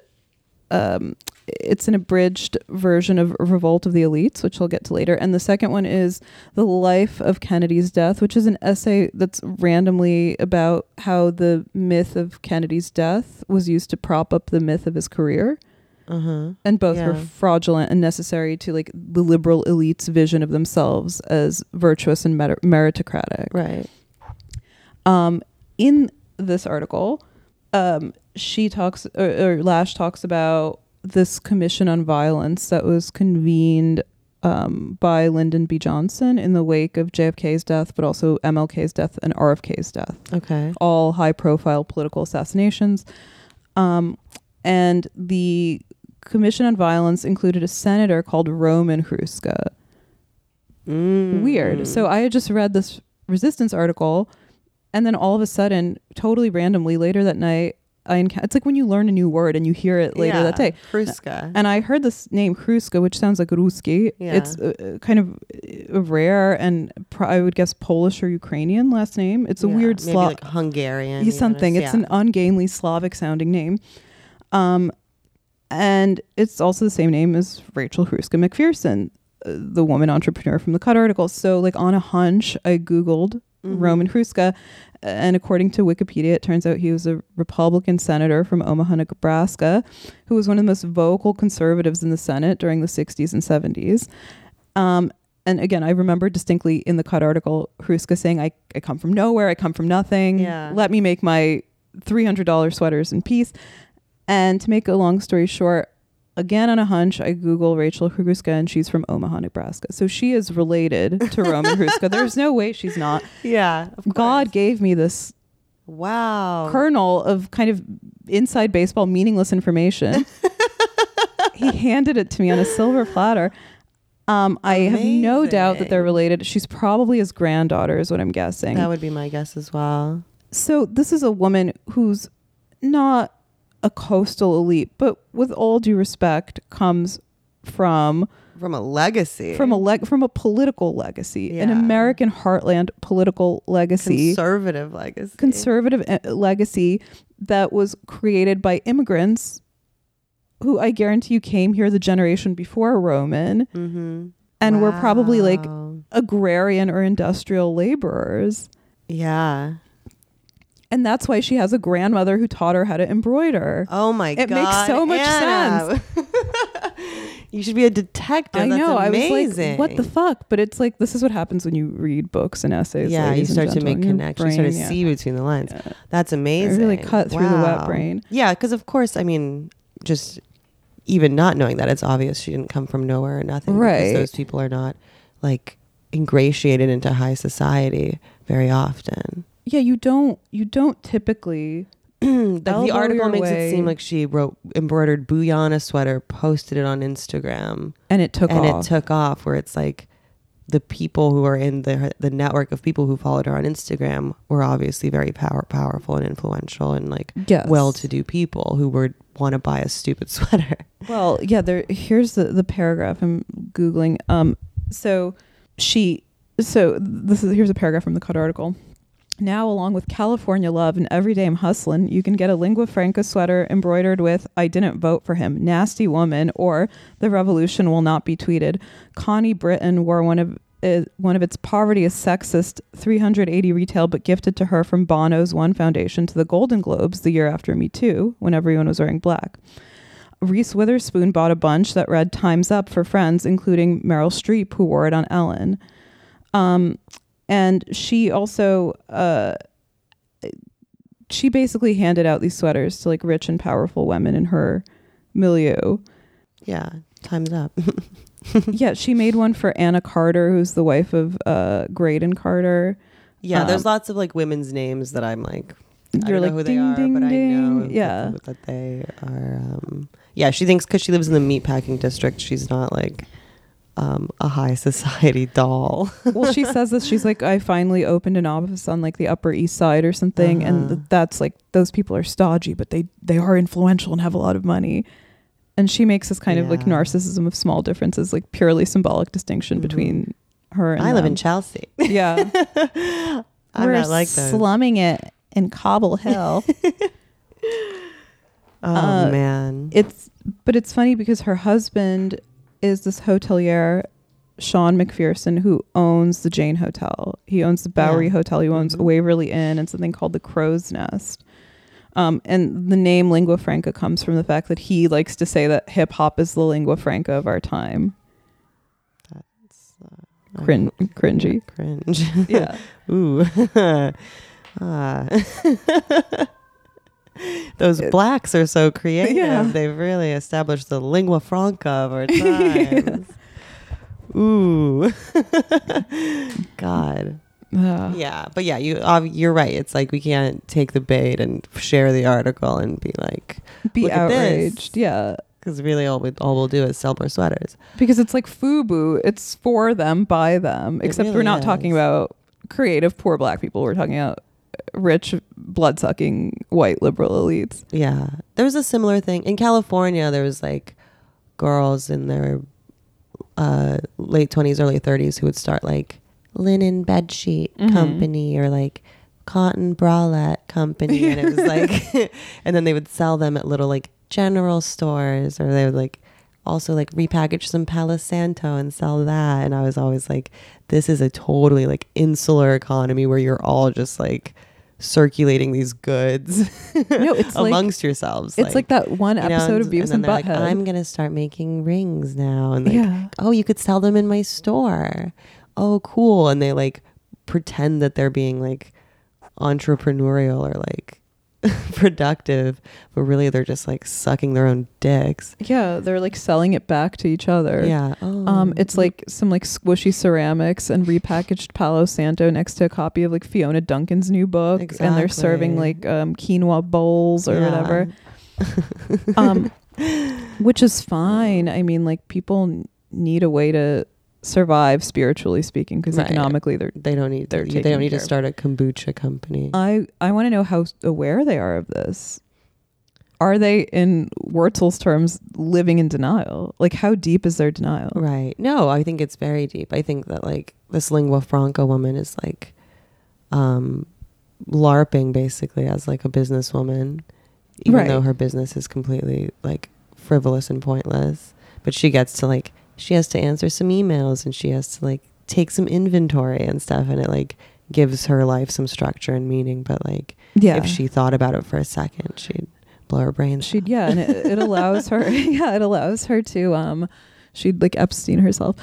Speaker 1: Um, it's an abridged version of Revolt of the Elites, which I'll get to later. And the second one is The Life of Kennedy's Death, which is an essay that's randomly about how the myth of Kennedy's death was used to prop up the myth of his career
Speaker 2: uh huh,
Speaker 1: and both were
Speaker 2: Yeah.
Speaker 1: fraudulent and necessary to like the liberal elite's vision of themselves as virtuous and merit- meritocratic.
Speaker 2: right,
Speaker 1: Um, in this article, um, she talks or, or Lash talks about this commission on violence that was convened um, by Lyndon B. Johnson in the wake of JFK's death, but also MLK's death and RFK's death
Speaker 2: okay,
Speaker 1: all high profile political assassinations. Um, and the Commission on Violence included a senator called Roman Hruska.
Speaker 2: mm.
Speaker 1: Weird. So uh, I had just read this resistance article, and then all of a sudden, totally randomly, later that night, I encountered. It's like when you learn a new word and you hear it later that
Speaker 2: Yeah,
Speaker 1: day. Uh,
Speaker 2: Hruska.
Speaker 1: And I heard this name Hruska, which sounds like Ruski.
Speaker 2: Yeah.
Speaker 1: It's uh, uh, kind of uh, rare and pr- I would guess Polish or Ukrainian last name. It's a
Speaker 2: Yeah,
Speaker 1: weird
Speaker 2: maybe
Speaker 1: Slav.
Speaker 2: like Hungarian,
Speaker 1: He's
Speaker 2: even,
Speaker 1: something.
Speaker 2: or-
Speaker 1: It's an ungainly Slavic sounding name. Um, and it's also the same name as Rachel Hruska McPherson, uh, the woman entrepreneur from the Cut article. So, like on a hunch, I Googled
Speaker 2: Mhm.
Speaker 1: Roman Hruska. And according to Wikipedia, it turns out he was a Republican senator from Omaha, Nebraska, who was one of the most vocal conservatives in the Senate during the 60s and 70s. Um, and again, I remember distinctly in the cut article, Hruska saying, I, I come from nowhere, I come from nothing.
Speaker 2: Yeah.
Speaker 1: Let me make my $300 sweaters in peace. And to make a long story short, again on a hunch, I Google Rachel Hruska and she's from Omaha, Nebraska. So she is related to Roman Hruska. There's no way she's not.
Speaker 2: yeah. of course.
Speaker 1: God gave me this
Speaker 2: wow.
Speaker 1: kernel of kind of inside baseball meaningless information. he handed it to me on a silver platter. Um, I have no doubt that they're related. She's probably his granddaughter, is what I'm guessing.
Speaker 2: that would be my guess as well.
Speaker 1: so this is a woman who's not a coastal elite, but with all due respect, comes from
Speaker 2: From a legacy,
Speaker 1: from a leg from a political legacy, an
Speaker 2: Yeah.
Speaker 1: American heartland political legacy.
Speaker 2: conservative legacy.
Speaker 1: conservative e- legacy that was created by immigrants who I guarantee you came here the generation before Roman
Speaker 2: mm-hmm.
Speaker 1: and were probably like
Speaker 2: Wow.
Speaker 1: agrarian or industrial laborers.
Speaker 2: yeah.
Speaker 1: And that's why she has a grandmother who taught her how to embroider.
Speaker 2: Oh my
Speaker 1: It
Speaker 2: god.
Speaker 1: makes so much
Speaker 2: sense. you should be a detective.
Speaker 1: I
Speaker 2: Oh, That's
Speaker 1: know.
Speaker 2: Amazing.
Speaker 1: I was like, what the fuck? But it's like, this is what happens when you read books and essays.
Speaker 2: yeah, you
Speaker 1: ladies and
Speaker 2: start to make
Speaker 1: gentlemen. Your
Speaker 2: connections. You start to
Speaker 1: brain, yeah.
Speaker 2: see between the lines.
Speaker 1: Yeah.
Speaker 2: That's amazing.
Speaker 1: cut through the wet brain.
Speaker 2: Yeah, because of course, I mean, just even not knowing that, it's obvious she didn't come from nowhere or nothing. because
Speaker 1: Right.
Speaker 2: those people are not like ingratiated into high society very often.
Speaker 1: Yeah, you don't, you don't typically
Speaker 2: like the
Speaker 1: Elbow
Speaker 2: article
Speaker 1: your
Speaker 2: makes it
Speaker 1: way.
Speaker 2: seem like she wrote embroidered booyah on a sweater, posted it on Instagram,
Speaker 1: and it took
Speaker 2: and
Speaker 1: off.
Speaker 2: it took off. Where it's like the people who are in the the network of people who followed her on Instagram were obviously very power powerful and influential and like
Speaker 1: Yes.
Speaker 2: well-to-do people who would want to buy a stupid sweater.
Speaker 1: Well, yeah, there here's the the paragraph I'm googling. Um so she so this is here's a paragraph from the cut article. Now, along with California Love and Every Day I'm Hustlin', you can get a Lingua Franca sweater embroidered with I Didn't Vote for Him, Nasty Woman, or The Revolution Will Not Be Tweeted. Connie Britton wore one of uh, one of its poverty is sexist 380 retail but gifted to her from Bono's One Foundation to the Golden Globes the year after Me Too when everyone was wearing black. Reese Witherspoon bought a bunch that read Time's Up for friends, including Meryl Streep, who wore it on Ellen. Um, and she also, uh, she basically handed out these sweaters to like rich and powerful women in her milieu.
Speaker 2: Yeah, time's up.
Speaker 1: yeah, she made one for Anna Carter, who's the wife of uh, Graydon Carter.
Speaker 2: Yeah, there's
Speaker 1: Um,
Speaker 2: lots of like women's names that I'm like, I
Speaker 1: You're
Speaker 2: don't
Speaker 1: like
Speaker 2: know who they
Speaker 1: ding,
Speaker 2: are,
Speaker 1: ding,
Speaker 2: but I know
Speaker 1: ding.
Speaker 2: that-
Speaker 1: Yeah.
Speaker 2: that, they are. Um, yeah, she thinks because she lives in the meatpacking district, she's not like um, a high society doll.
Speaker 1: well, she says this. She's like, I finally opened an office on like the Upper East Side or something, and
Speaker 2: Uh-huh.
Speaker 1: th- that's like those people are stodgy, but they they are influential and have a lot of money. And she makes this kind of like
Speaker 2: Yeah.
Speaker 1: narcissism of small differences, like purely symbolic distinction
Speaker 2: Mhm.
Speaker 1: between her and
Speaker 2: I live in
Speaker 1: them.
Speaker 2: Chelsea.
Speaker 1: yeah.
Speaker 2: I'm not like those.
Speaker 1: slumming it in Cobble Hill.
Speaker 2: oh
Speaker 1: uh,
Speaker 2: man.
Speaker 1: it's but it's funny because her husband is this hotelier Sean McPherson who owns the Jane Hotel. He owns the Bowery
Speaker 2: Yeah.
Speaker 1: Hotel. He owns
Speaker 2: Mhm.
Speaker 1: Waverly Inn and something called the Crow's Nest. Um, and the name lingua franca comes from the fact that he likes to say that hip hop is the lingua franca of our time.
Speaker 2: It's, uh,
Speaker 1: Crin- cringy.
Speaker 2: Cringe.
Speaker 1: Yeah.
Speaker 2: Ooh. Ah. Those blacks are so creative.
Speaker 1: Yeah.
Speaker 2: They've really established the lingua franca of our times. Ooh. God.
Speaker 1: Uh,
Speaker 2: Yeah, but yeah, you ob- you're right. It's like we can't take the bait and share the article and be like,
Speaker 1: Be
Speaker 2: Look at this.
Speaker 1: outraged. Yeah.
Speaker 2: because really all we all we'll do is sell more sweaters.
Speaker 1: Because it's like FUBU. It's for them, by them.
Speaker 2: It
Speaker 1: Except we're
Speaker 2: really
Speaker 1: not
Speaker 2: is.
Speaker 1: talking about creative, poor black people. We're talking about rich, blood sucking white liberal elites.
Speaker 2: Yeah. There was a similar thing in California. There was like girls in their uh, late 20s, early 30s who would start like linen bed sheet
Speaker 1: Mhm.
Speaker 2: company or like cotton bralette company. And it was like, and then they would sell them at little like general stores or they would like also like repackage some Palo Santo and sell that. And I was always like, this is a totally like insular economy where you're all just like, circulating these goods
Speaker 1: No, it's like-
Speaker 2: amongst yourselves
Speaker 1: It's like, that one
Speaker 2: you know,
Speaker 1: episode of Beavis and,
Speaker 2: then they're
Speaker 1: Butthead.
Speaker 2: Like, I'm gonna start making rings now, and like,
Speaker 1: Yeah.
Speaker 2: oh, you could sell them in my store. Oh, cool! And they like pretend that they're being like entrepreneurial or like productive, but really they're just like sucking their own dicks.
Speaker 1: yeah, they're like selling it back to each other.
Speaker 2: Yeah. Oh.
Speaker 1: Um, it's like some like squishy ceramics and repackaged Palo Santo next to a copy of like Fiona Duncan's new book, and they're serving like
Speaker 2: Exactly.
Speaker 1: um, quinoa bowls or
Speaker 2: Yeah.
Speaker 1: whatever. um, which is fine. I mean, like people n- need a way to survive spiritually speaking, because
Speaker 2: Right.
Speaker 1: economically they're.
Speaker 2: They don't need.
Speaker 1: They're
Speaker 2: They
Speaker 1: taking
Speaker 2: don't need
Speaker 1: care of-
Speaker 2: to start a kombucha company.
Speaker 1: I I want to know how s- aware they are of this. Are they, in Wurzel's terms, living in denial? Like, how deep is their denial?
Speaker 2: Right. No, I think it's very deep. I think that like this lingua franca woman is like um larping basically as like a businesswoman even
Speaker 1: Right.
Speaker 2: though her business is completely like frivolous and pointless, but she gets to like she has to answer some emails and she has to like take some inventory and stuff and it like gives her life some structure and meaning, but like
Speaker 1: Yeah,
Speaker 2: if she thought about it for a second, she'd blow her brains.
Speaker 1: she'd yeah, and it, it allows her. Yeah, it allows her to um, she'd like Epstein herself.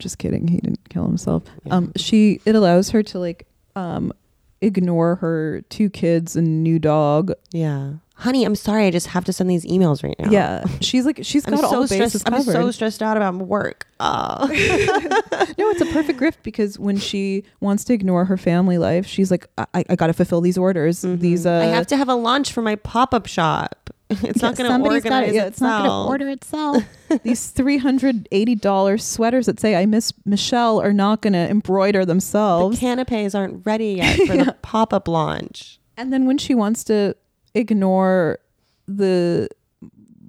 Speaker 1: Just kidding, he didn't kill himself.
Speaker 2: out. Yeah.
Speaker 1: um she it allows her to like um ignore her two kids and new dog
Speaker 2: yeah. Honey, I'm sorry. I just have to send these emails right now.
Speaker 1: yeah she's like she's got all bases
Speaker 2: I'm
Speaker 1: covered
Speaker 2: so stressed out about work. Oh.
Speaker 1: no it's a perfect grift because when she wants to ignore her family life she's like i, I I gotta fulfill these orders these uh
Speaker 2: Mm-hmm. I have to have a lunch for my pop up shop. It's not going to
Speaker 1: somebody's gotta-
Speaker 2: organize
Speaker 1: yeah,
Speaker 2: itself.
Speaker 1: it's not gonna order itself these 380 dollar sweaters that say i miss michelle are not gonna embroider
Speaker 2: The
Speaker 1: themselves
Speaker 2: canapes aren't ready yet for the pop up launch.
Speaker 1: And then when she wants to ignore the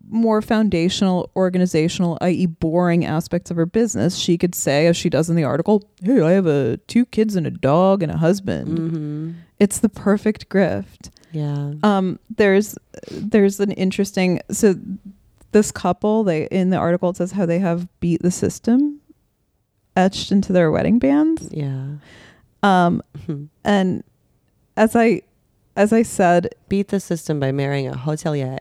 Speaker 1: more foundational, organizational, i.e., boring aspects of her business, she could say, as she does in the article, "Hey, I have a two kids and a dog and a husband."
Speaker 2: Mm-hmm.
Speaker 1: It's the perfect grift.
Speaker 2: Yeah.
Speaker 1: Um, there's there's an interesting so this couple they in the article it says how they have beat the system etched into their wedding bands.
Speaker 2: Yeah.
Speaker 1: Um, and as I as I said
Speaker 2: Beat the system by marrying a hotelier.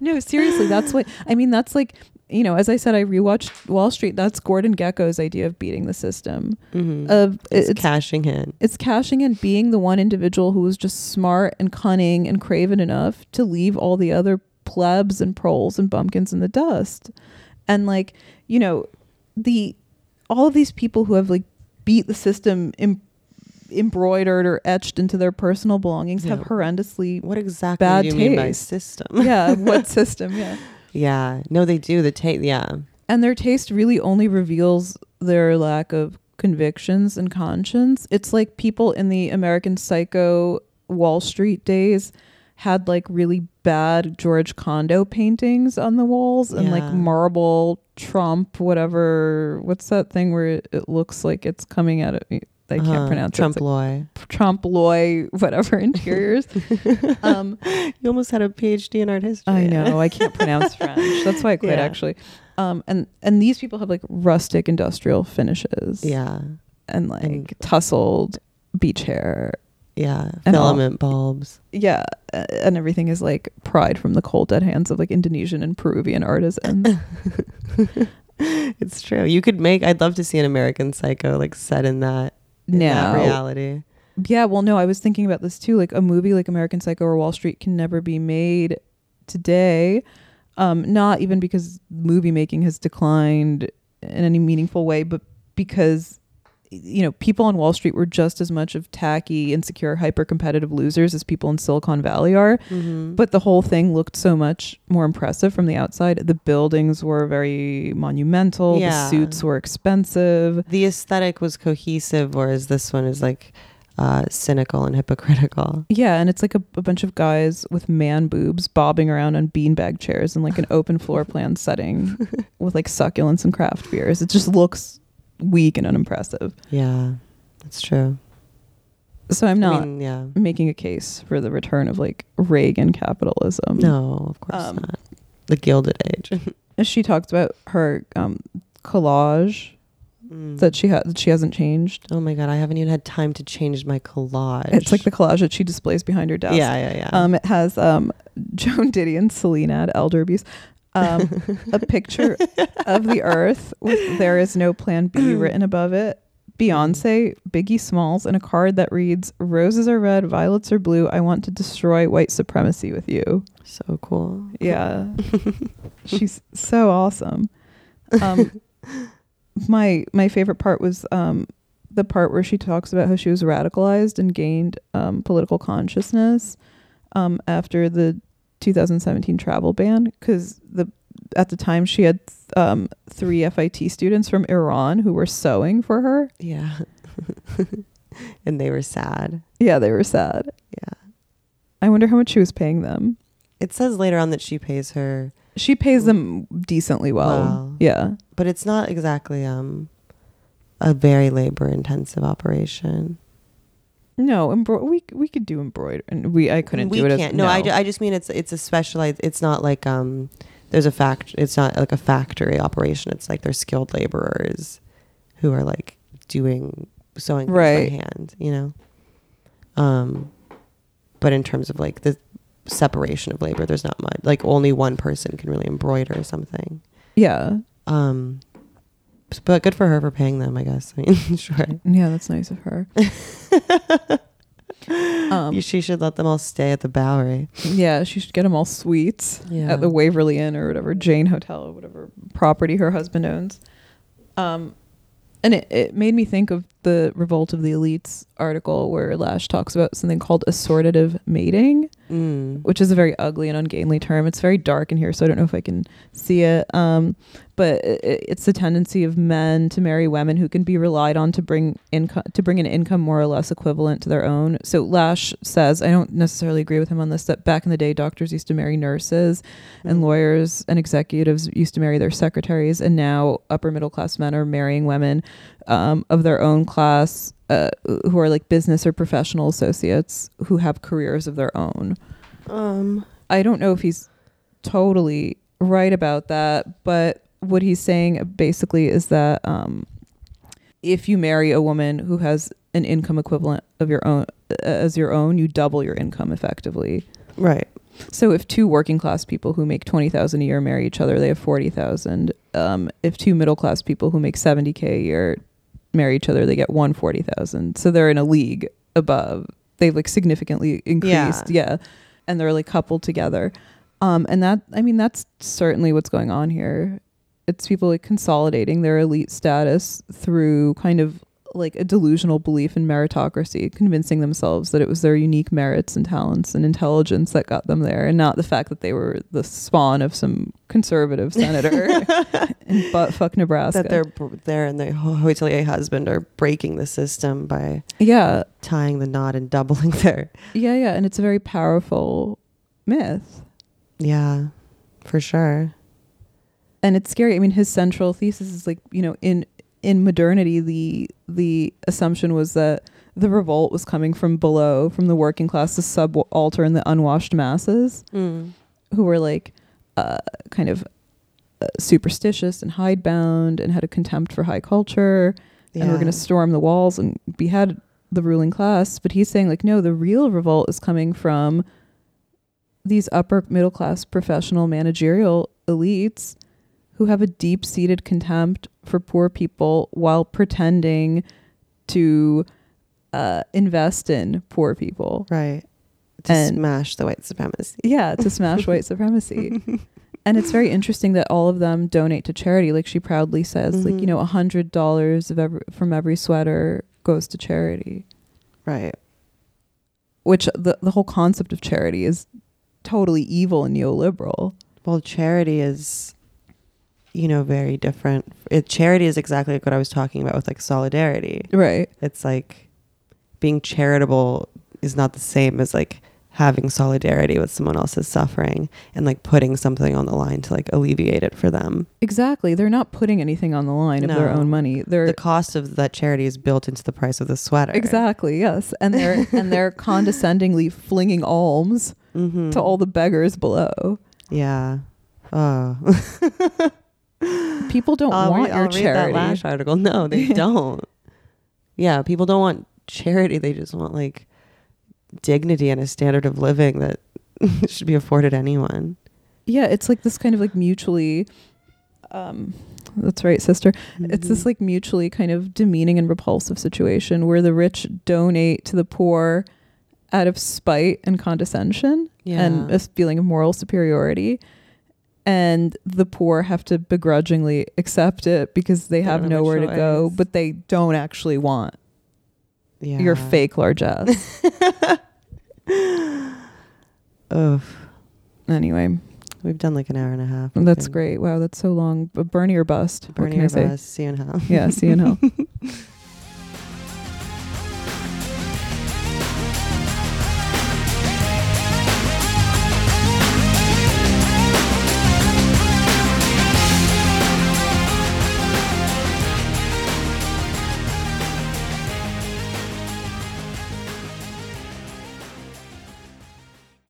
Speaker 1: No, seriously, that's what I mean. That's like you know, as I said, I rewatched Wall Street. That's Gordon Gecko's idea of beating the system.
Speaker 2: Mhm.
Speaker 1: Of
Speaker 2: it's,
Speaker 1: Uh, it's
Speaker 2: cashing in.
Speaker 1: it's cashing in being the one individual who was just smart and cunning and craven enough to leave all the other plebs and proles and bumpkins in the dust. And like you know, the all of these people who have like beat the system. Em- embroidered or etched into their personal belongings have
Speaker 2: Yeah.
Speaker 1: horrendously
Speaker 2: What exactly
Speaker 1: Bad
Speaker 2: do you mean by
Speaker 1: taste.
Speaker 2: system?
Speaker 1: yeah what system yeah
Speaker 2: Yeah. No, they do. The tape. Yeah.
Speaker 1: and their taste really only reveals their lack of convictions and conscience. It's like people in the American Psycho Wall Street days had like really bad George Kondo paintings on the walls and like
Speaker 2: Yeah.
Speaker 1: marble Trump whatever what's that thing where it, it looks like it's coming out of I can't
Speaker 2: Uh-huh.
Speaker 1: pronounce
Speaker 2: Trump
Speaker 1: it.
Speaker 2: Loy.
Speaker 1: It's like Trump Loy whatever interiors. um
Speaker 2: You almost had a PhD in art history.
Speaker 1: I know. I can't pronounce French. That's why I quit
Speaker 2: Yeah.
Speaker 1: actually. Um, and and these people have like rustic industrial finishes.
Speaker 2: Yeah.
Speaker 1: And like
Speaker 2: And-
Speaker 1: tousled beach hair.
Speaker 2: Yeah.
Speaker 1: And all-
Speaker 2: Filament bulbs.
Speaker 1: Yeah. uh, And everything is like pride from the cold dead hands of like Indonesian and Peruvian artisans.
Speaker 2: It's true. You could make. I'd love to see an American Psycho like set in that, in that
Speaker 1: now.
Speaker 2: reality.
Speaker 1: Yeah, well no, I was thinking about this too. Like a movie like American Psycho or Wall Street can never be made today. Um, not even because movie making has declined in any meaningful way, but because you know people on Wall Street were just as much of tacky, insecure, hyper competitive losers as people in Silicon Valley are.
Speaker 2: Mm-hmm.
Speaker 1: But the whole thing looked so much more impressive from the outside. The buildings were very monumental.
Speaker 2: Yeah.
Speaker 1: The suits were expensive.
Speaker 2: the aesthetic was cohesive, whereas this one is like uh, cynical and hypocritical.
Speaker 1: Yeah, and it's like a, a bunch of guys with man boobs bobbing around on beanbag chairs in like an open floor plan setting with like succulents and craft beers. It just looks weak and unimpressive.
Speaker 2: Yeah, that's true.
Speaker 1: So I'm
Speaker 2: No,
Speaker 1: not
Speaker 2: yeah.
Speaker 1: making a case for the return of like Reagan capitalism.
Speaker 2: No, of course
Speaker 1: um,
Speaker 2: not. The Gilded Age.
Speaker 1: She talks about her um, collage
Speaker 2: Mm.
Speaker 1: that she ha- that she hasn't changed.
Speaker 2: oh my god, I haven't even had time to change my collage.
Speaker 1: It's like the collage that she displays behind her desk.
Speaker 2: yeah, yeah, yeah.
Speaker 1: Um, it has um, Joan Diddy and Selena at Elder Abuse. Um, a picture of the earth with There Is No Plan B written above it. Beyonce, Biggie Smalls, and a card that reads, Roses are red, violets are blue. I want to destroy white supremacy with you.
Speaker 2: so cool.
Speaker 1: Yeah. She's so awesome. Um, my my favorite part was um, the part where she talks about how she was radicalized and gained um, political consciousness um, after the 2017 travel ban because the at the time she had um, three FIT students from Iran who were sewing for her.
Speaker 2: Yeah. and they were sad.
Speaker 1: Yeah, they were sad.
Speaker 2: Yeah.
Speaker 1: I wonder how much she was paying them.
Speaker 2: It says later on that she pays her,
Speaker 1: She pays them decently well.
Speaker 2: Wow.
Speaker 1: Yeah.
Speaker 2: but it's not exactly um a very labor intensive operation.
Speaker 1: No, embro- we we could do embroidery, and we I couldn't
Speaker 2: we
Speaker 1: do it.
Speaker 2: can't.
Speaker 1: as,
Speaker 2: no, I, ju- I just mean it's it's a specialized. It's not like um, there's a fact. It's not like a factory operation. It's like they're skilled laborers who are like doing sewing things
Speaker 1: Right.
Speaker 2: by hand. You know. Um, but in terms of like the separation of labor, there's not much. Like only one person can really embroider something.
Speaker 1: yeah,
Speaker 2: Um, s- but good for her for paying them. I guess. I mean, sure.
Speaker 1: yeah, that's nice of her. um,
Speaker 2: she should let them all stay at the Bowery.
Speaker 1: yeah, she should get them all suites
Speaker 2: Yeah.
Speaker 1: at the Waverly Inn or whatever Jane Hotel or whatever property her husband owns. Um, and it, it made me think of the Revolt of the Elites article where Lash talks about something called assortative mating,
Speaker 2: Mm.
Speaker 1: which is a very ugly and ungainly term. It's very dark in here, so I don't know if I can see it. Um, but i i- it's the tendency of men to marry women who can be relied on to bring income to bring an income more or less equivalent to their own. So Lash says, I don't necessarily agree with him on this. That back in the day, doctors used to marry nurses, and lawyers and executives used to marry their secretaries, and now upper middle class men are marrying women um, of their own class. Uh, who are like business or professional associates who have careers of their own.
Speaker 2: Um.
Speaker 1: I don't know if he's totally right about that, but what he's saying basically is that um, if you marry a woman who has an income equivalent of your own as your own, you double your income effectively.
Speaker 2: Right.
Speaker 1: So if two working class people who make twenty thousand a year marry each other, they have forty thousand. Um, if two middle class people who make seventy k a year marry each other, they get one forty thousand. So they're in a league above. They've like significantly increased, yeah, and they're like coupled together. Um, and that I mean that's certainly what's going on here. It's people like consolidating their elite status through kind of like a delusional belief in meritocracy, convincing themselves that it was their unique merits and talents and intelligence that got them there, and not the fact that they were the spawn of some conservative senator in buttfuck Nebraska.
Speaker 2: That they're br- they're and the ho- hotelier husband are breaking the system by
Speaker 1: yeah,
Speaker 2: tying the knot and doubling their.
Speaker 1: yeah, yeah, and it's a very powerful myth,
Speaker 2: Yeah, for sure.
Speaker 1: and it's scary. I mean, his central thesis is like you know in in modernity the the assumption was that the revolt was coming from below, from the working class, the subaltern, and the unwashed masses. Hmm.
Speaker 2: Mm.
Speaker 1: who were like uh, kind of uh, superstitious and hidebound and had a contempt for high culture and were going to storm the walls and behead the ruling class. But he's saying, like, no, the real revolt is coming from these upper middle class professional managerial elites who have a deep seated contempt for poor people while pretending to uh, invest in poor people.
Speaker 2: right to
Speaker 1: And-
Speaker 2: smash the white supremacy.
Speaker 1: Yeah, to smash white supremacy. And it's very interesting that all of them donate to charity. Like she proudly says, like
Speaker 2: Mhm.
Speaker 1: you know, a hundred dollars of every from every sweater goes to charity.
Speaker 2: Right.
Speaker 1: Which the the whole concept of charity is totally evil and neoliberal.
Speaker 2: Well, charity is, you know, very different. It, charity is exactly like what I was talking about with like solidarity.
Speaker 1: Right.
Speaker 2: It's like being charitable is not the same as like having solidarity with someone else's suffering and like putting something on the line to like alleviate it for them.
Speaker 1: Exactly. They're not putting anything on the line of their
Speaker 2: No.
Speaker 1: own money. They're
Speaker 2: The cost of that charity is built into the price of the sweater.
Speaker 1: exactly yes, and they're and they're condescendingly flinging alms
Speaker 2: Mm-hmm.
Speaker 1: to all the beggars below.
Speaker 2: Yeah. Oh.
Speaker 1: People don't
Speaker 2: I'll
Speaker 1: want
Speaker 2: Oh, read-
Speaker 1: your
Speaker 2: Um, I'll
Speaker 1: charity.
Speaker 2: read that lash article. No, they don't. Yeah, people don't want charity. They just want like dignity and a standard of living that should be afforded anyone.
Speaker 1: yeah it's like this kind of like mutually um that's right sister it's
Speaker 2: Mm-hmm.
Speaker 1: this like mutually kind of demeaning and repulsive situation where the rich donate to the poor out of spite and condescension
Speaker 2: yeah.
Speaker 1: and a feeling of moral superiority and the poor have to begrudgingly accept it because they,
Speaker 2: They
Speaker 1: have
Speaker 2: don't have a
Speaker 1: nowhere to go
Speaker 2: choice.
Speaker 1: but they don't actually want
Speaker 2: yeah.
Speaker 1: your fake largesse
Speaker 2: Oof.
Speaker 1: anyway
Speaker 2: We've done like an hour and a half. I
Speaker 1: that's
Speaker 2: think.
Speaker 1: great wow that's so long but bernie or bust What
Speaker 2: Bernie
Speaker 1: can I
Speaker 2: or
Speaker 1: say?
Speaker 2: Buzz, see you in hell.
Speaker 1: yeah see you in hell